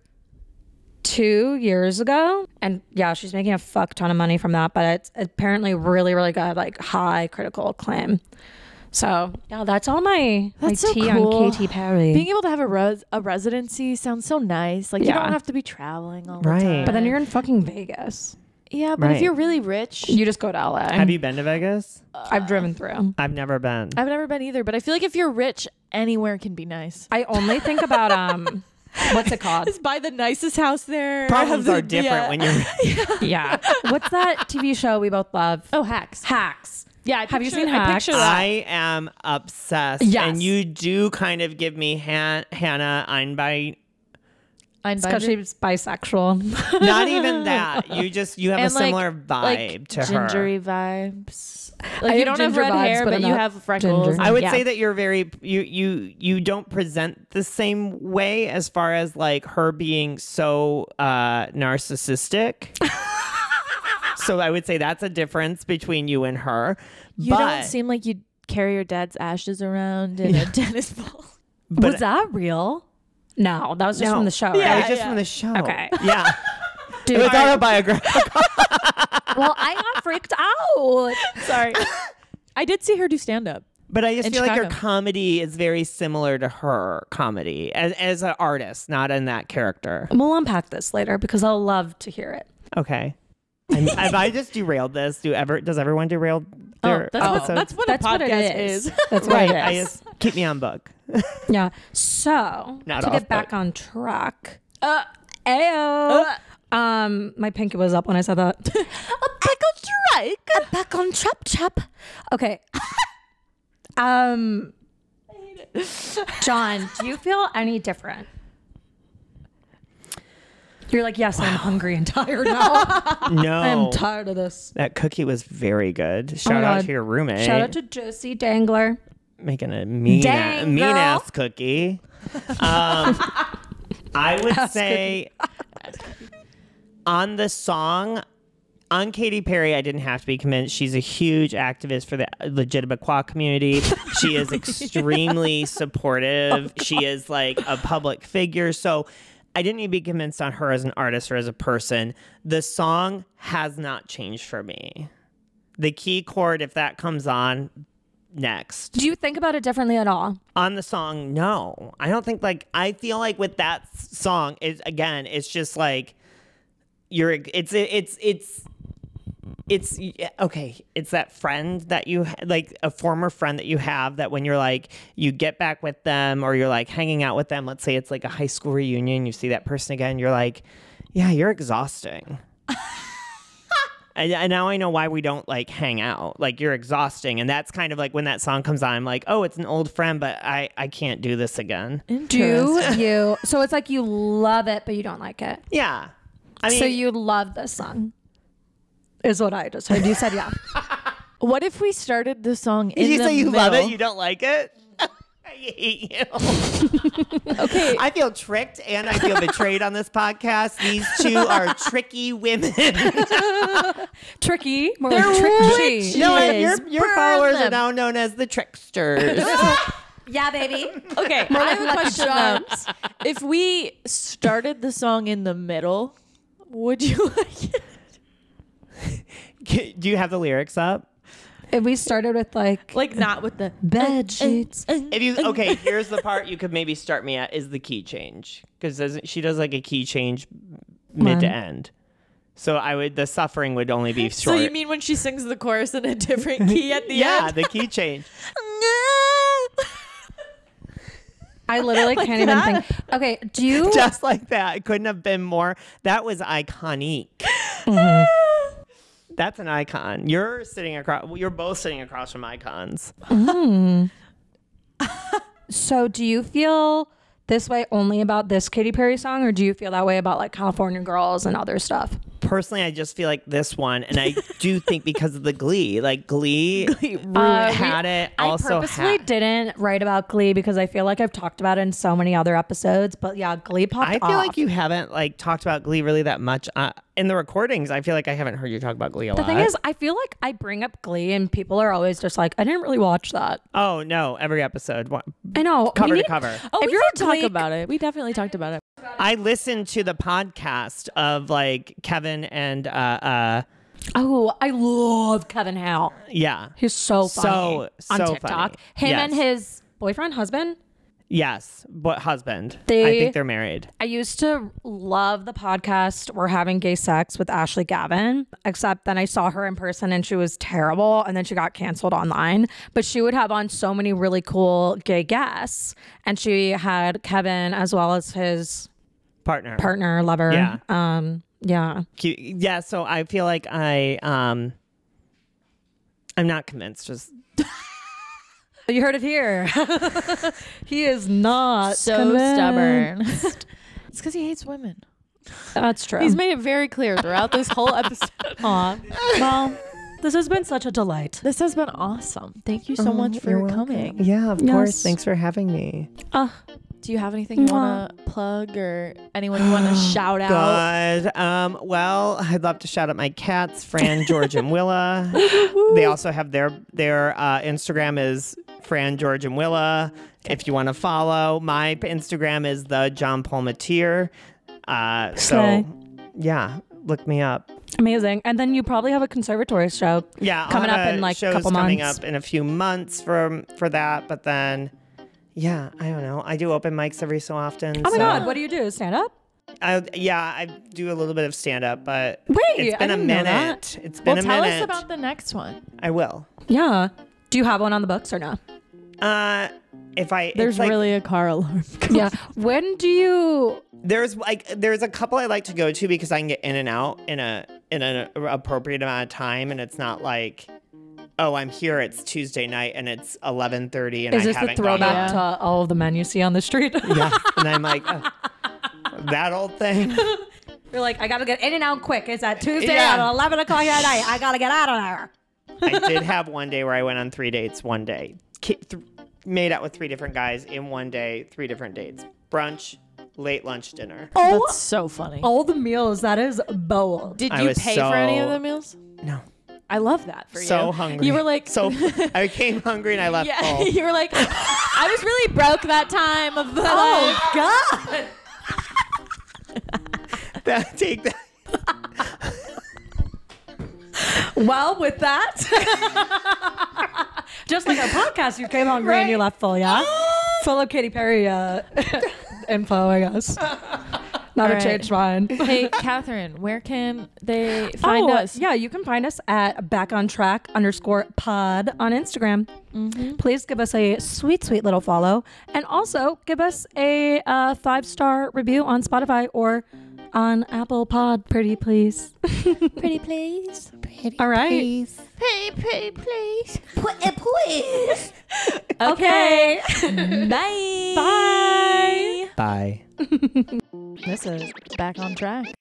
two years ago. And yeah, she's making a fuck ton of money from that, but it's apparently really, really good, like high critical acclaim. So yeah, that's all my, my That's so tea cool. on Katy Perry. Being able to have a res- a residency sounds so nice. Like you Yeah. don't have to be traveling all Right. the time. but then you're in fucking Vegas. yeah. But Right. if you're really rich, You just go to LA. Have you been to Vegas? I've driven through. I've never been. I've never been either. But I feel like if you're rich, anywhere can be nice. I only think about um what's it called? Just buy the nicest house [laughs] there. [laughs] Problems Have are the- different yeah. when [laughs] you're. Yeah. What's that TV show we both love? Oh, hacks. Hacks. Yeah, I Have you picture- seen I Hacks? picture that. I am obsessed. Yes. And you do kind of give me Han- Hannah Einbein. Because she's bisexual. Not even [laughs] that. You just, you have And, a like- similar vibe like to her. gingery vibes. I Like you have don't have ginger red vibes, hair, but but, I'm you not have freckles. ginger. I would Yeah. say that you're very you you you don't present the same way as far as like her being so uh narcissistic. [laughs] so I would say that's a difference between you and her. you but don't seem like you carry your dad's ashes around in a [laughs] tennis ball. But- was that real? No, that was just No. from the show. that Right? was just yeah. from the show. Okay. Yeah. [laughs] Dude, It was autobiographical. [laughs] well, I got freaked out. Sorry. I did see her do stand up. But I just In feel like her Chicago. comedy is very similar to her comedy as as an artist, not in that character. We'll unpack this later because I'll love to hear it. Okay. [laughs] I'm- have I just derailed this? Do ever does everyone derail their Oh, that's, what, episodes? that's what That's a what it podcast is. is. [laughs] [laughs] That's right. what I it is. just keep me on book. yeah. So Not to off, get back but- on track. Uh, ayo. um, my pinky was up when I said that. [laughs] back on track. Back on chop chop. Okay. [laughs] um, John, do you feel any different? You're like, yes, I'm hungry and tired [laughs] now. No. I'm tired of this. Oh that cookie was very good. Shout out God. to your roommate. Shout out to Josie Dangler. making a mean Dang, a- mean girl. ass cookie. [laughs] Um, I would say on the song on Katy Perry, I didn't have to be convinced. She's a huge activist for the legitimate qua community. She [laughs] is extremely supportive. Oh, she is like a public figure. So I didn't need to be convinced on her as an artist or as a person. The song has not changed for me. The key chord, if that comes on next, Do you think about it differently at all? on the song no i don't think like i feel like with that s- song is again it's just like you're it's it's it's it's yeah, okay it's that friend that you ha- like a former friend that you have that when you're like you get back with them or you're like hanging out with them let's say it's like a high school reunion you see that person again you're like yeah you're exhausting and, and now I know why we don't like hang out. Like you're exhausting, and that's kind of like when that song comes on. I'm like, oh, it's an old friend, but I I can't do this again. Do you? So it's like you love it, but you don't like it. Yeah, I mean, so you love this song, is what I just heard. You said yeah. What if we started the song did in you the say you love it, middle? you don't like it. [laughs] I hate you. okay, [laughs] I feel tricked and I feel betrayed on this podcast. These two are tricky [laughs] women. [laughs] tricky, more like tricky. no, and Yes, your, your burn followers are them. now known as the tricksters. Yeah, baby. okay. I have a question Drums. though. If we started the song in the middle, would you [laughs] like it? [laughs] do you have the lyrics up? If we started with like Like not with the uh, bed sheets, If you okay, here's the part you could maybe start me at is the key change because she does like a key change mid to Mine. end. So I would the suffering would only be So short. you mean when she sings the chorus in [laughs] a different key at the yeah, end? the key change. [laughs] I literally can't even think. Okay, do you? Just like that. It couldn't have been more. That was iconic. [laughs] That's an icon. You're sitting across you're both sitting across from icons. So do you feel this way only about this Katy Perry song, or do you feel that way about like California Girls and other stuff? Personally, I just feel like this one and I do think because of the glee, like glee, Uh, we- had it also I purposely had- didn't write about Glee because I feel like I've talked about it in so many other episodes. But yeah, Glee popped. I feel like off. you haven't like talked about Glee really that much uh, in the recordings. I feel like I haven't heard you talk about Glee a The lot. thing is, I feel like I bring up Glee and people are always just like, I didn't really watch that. oh no, every episode, one- I know. we cover need- to cover. Oh, If we you're did a talk Glee- about it. We definitely talked about it. I listened to the podcast of like Kevin and uh, uh Oh, I love Kevin Howe. yeah, He's so So- funny on so TikTok. funny. Him Yes. and his boyfriend, husband. yes, but husband. I They- think they're married. I used to love the podcast We're Having Gay Sex with Ashley Gavin, except then I saw her in person and she was terrible. And then she got canceled online. But she would have on so many really cool gay guests. And she had Kevin as well as his Partner. partner, lover. Yeah. Um, yeah. Cute. Yeah, so I feel like I um I'm not convinced. Just You heard it here. [laughs] he is not Uh, So convinced. stubborn. it's because he hates women. That's true. He's made it very clear throughout this whole episode. Aw. Well, this has been such a delight. [laughs] This has been awesome. Thank you so um, much for coming. Oh, yeah, of course. Thanks for having me. Uh, Do you have anything you want to plug or anyone you [gasps] want to shout out? God. Um, well, I'd love to shout out my cats, [laughs] Fran, George, and Willa. they also have their their uh, Instagram is Fran, George, and Willa. If you want to follow, my p- Instagram is the John Palmatier. Uh, Slay. so, yeah, look me up. amazing. And then you probably have a conservatory show. Yeah, I'll Coming have up in, a- like, shows couple coming months. up in a few months for for that. But then, yeah, I don't know. I do open mics every so often. Oh my so- God, what do you do? Stand up? I, yeah, I do a little bit of stand up, but Wait, it's I been a didn't know that. minute. It's been well, a tell minute. us about the next one. I will. Yeah. Do you have one on the books or no? Uh, if I it's There's like- really a car [laughs] alarm. Yeah. When do you? there's like there's a couple I like to go to because I can get in and out in a in an appropriate amount of time, and it's not like. Oh, I'm here. It's Tuesday night, and it's 11:30, and Is this I the haven't gone throwback out. to all of the men you see on the street? Yeah, and I'm like, oh, that old thing. [laughs] You're like, I gotta get in and out quick. It's at Tuesday Yeah. at 11 o'clock at night. I gotta get out of there. I did have one day where I went on three dates. One day, Ki- th- made out with three different guys in one day, three different dates. Brunch, late lunch, dinner. Oh, That's so funny. all the meals. That is bold. Did I you was pay for any of so- the meals? No. I love that for you. So hungry. You were like [laughs] so I came hungry and I left Yeah, full. [laughs] you were like, I was really broke that time of the. Oh God! [laughs] That- Take that. Well, with that, [laughs] just like our podcast, you came hungry and you left full, yeah? full of Katy Perry uh, info, I guess. Not a right. changed mind. Hey, Catherine, where can they find Oh, us? Yeah, you can find us at back on track underscore pod on Instagram. Please give us a sweet, sweet little follow. And also give us a uh, five star review on Spotify or on Apple Pod, pretty please. Pretty please. Pretty [laughs] All right. please. Pretty, pretty please. Put it, please. Okay. [laughs] Bye. Bye. This is back on track.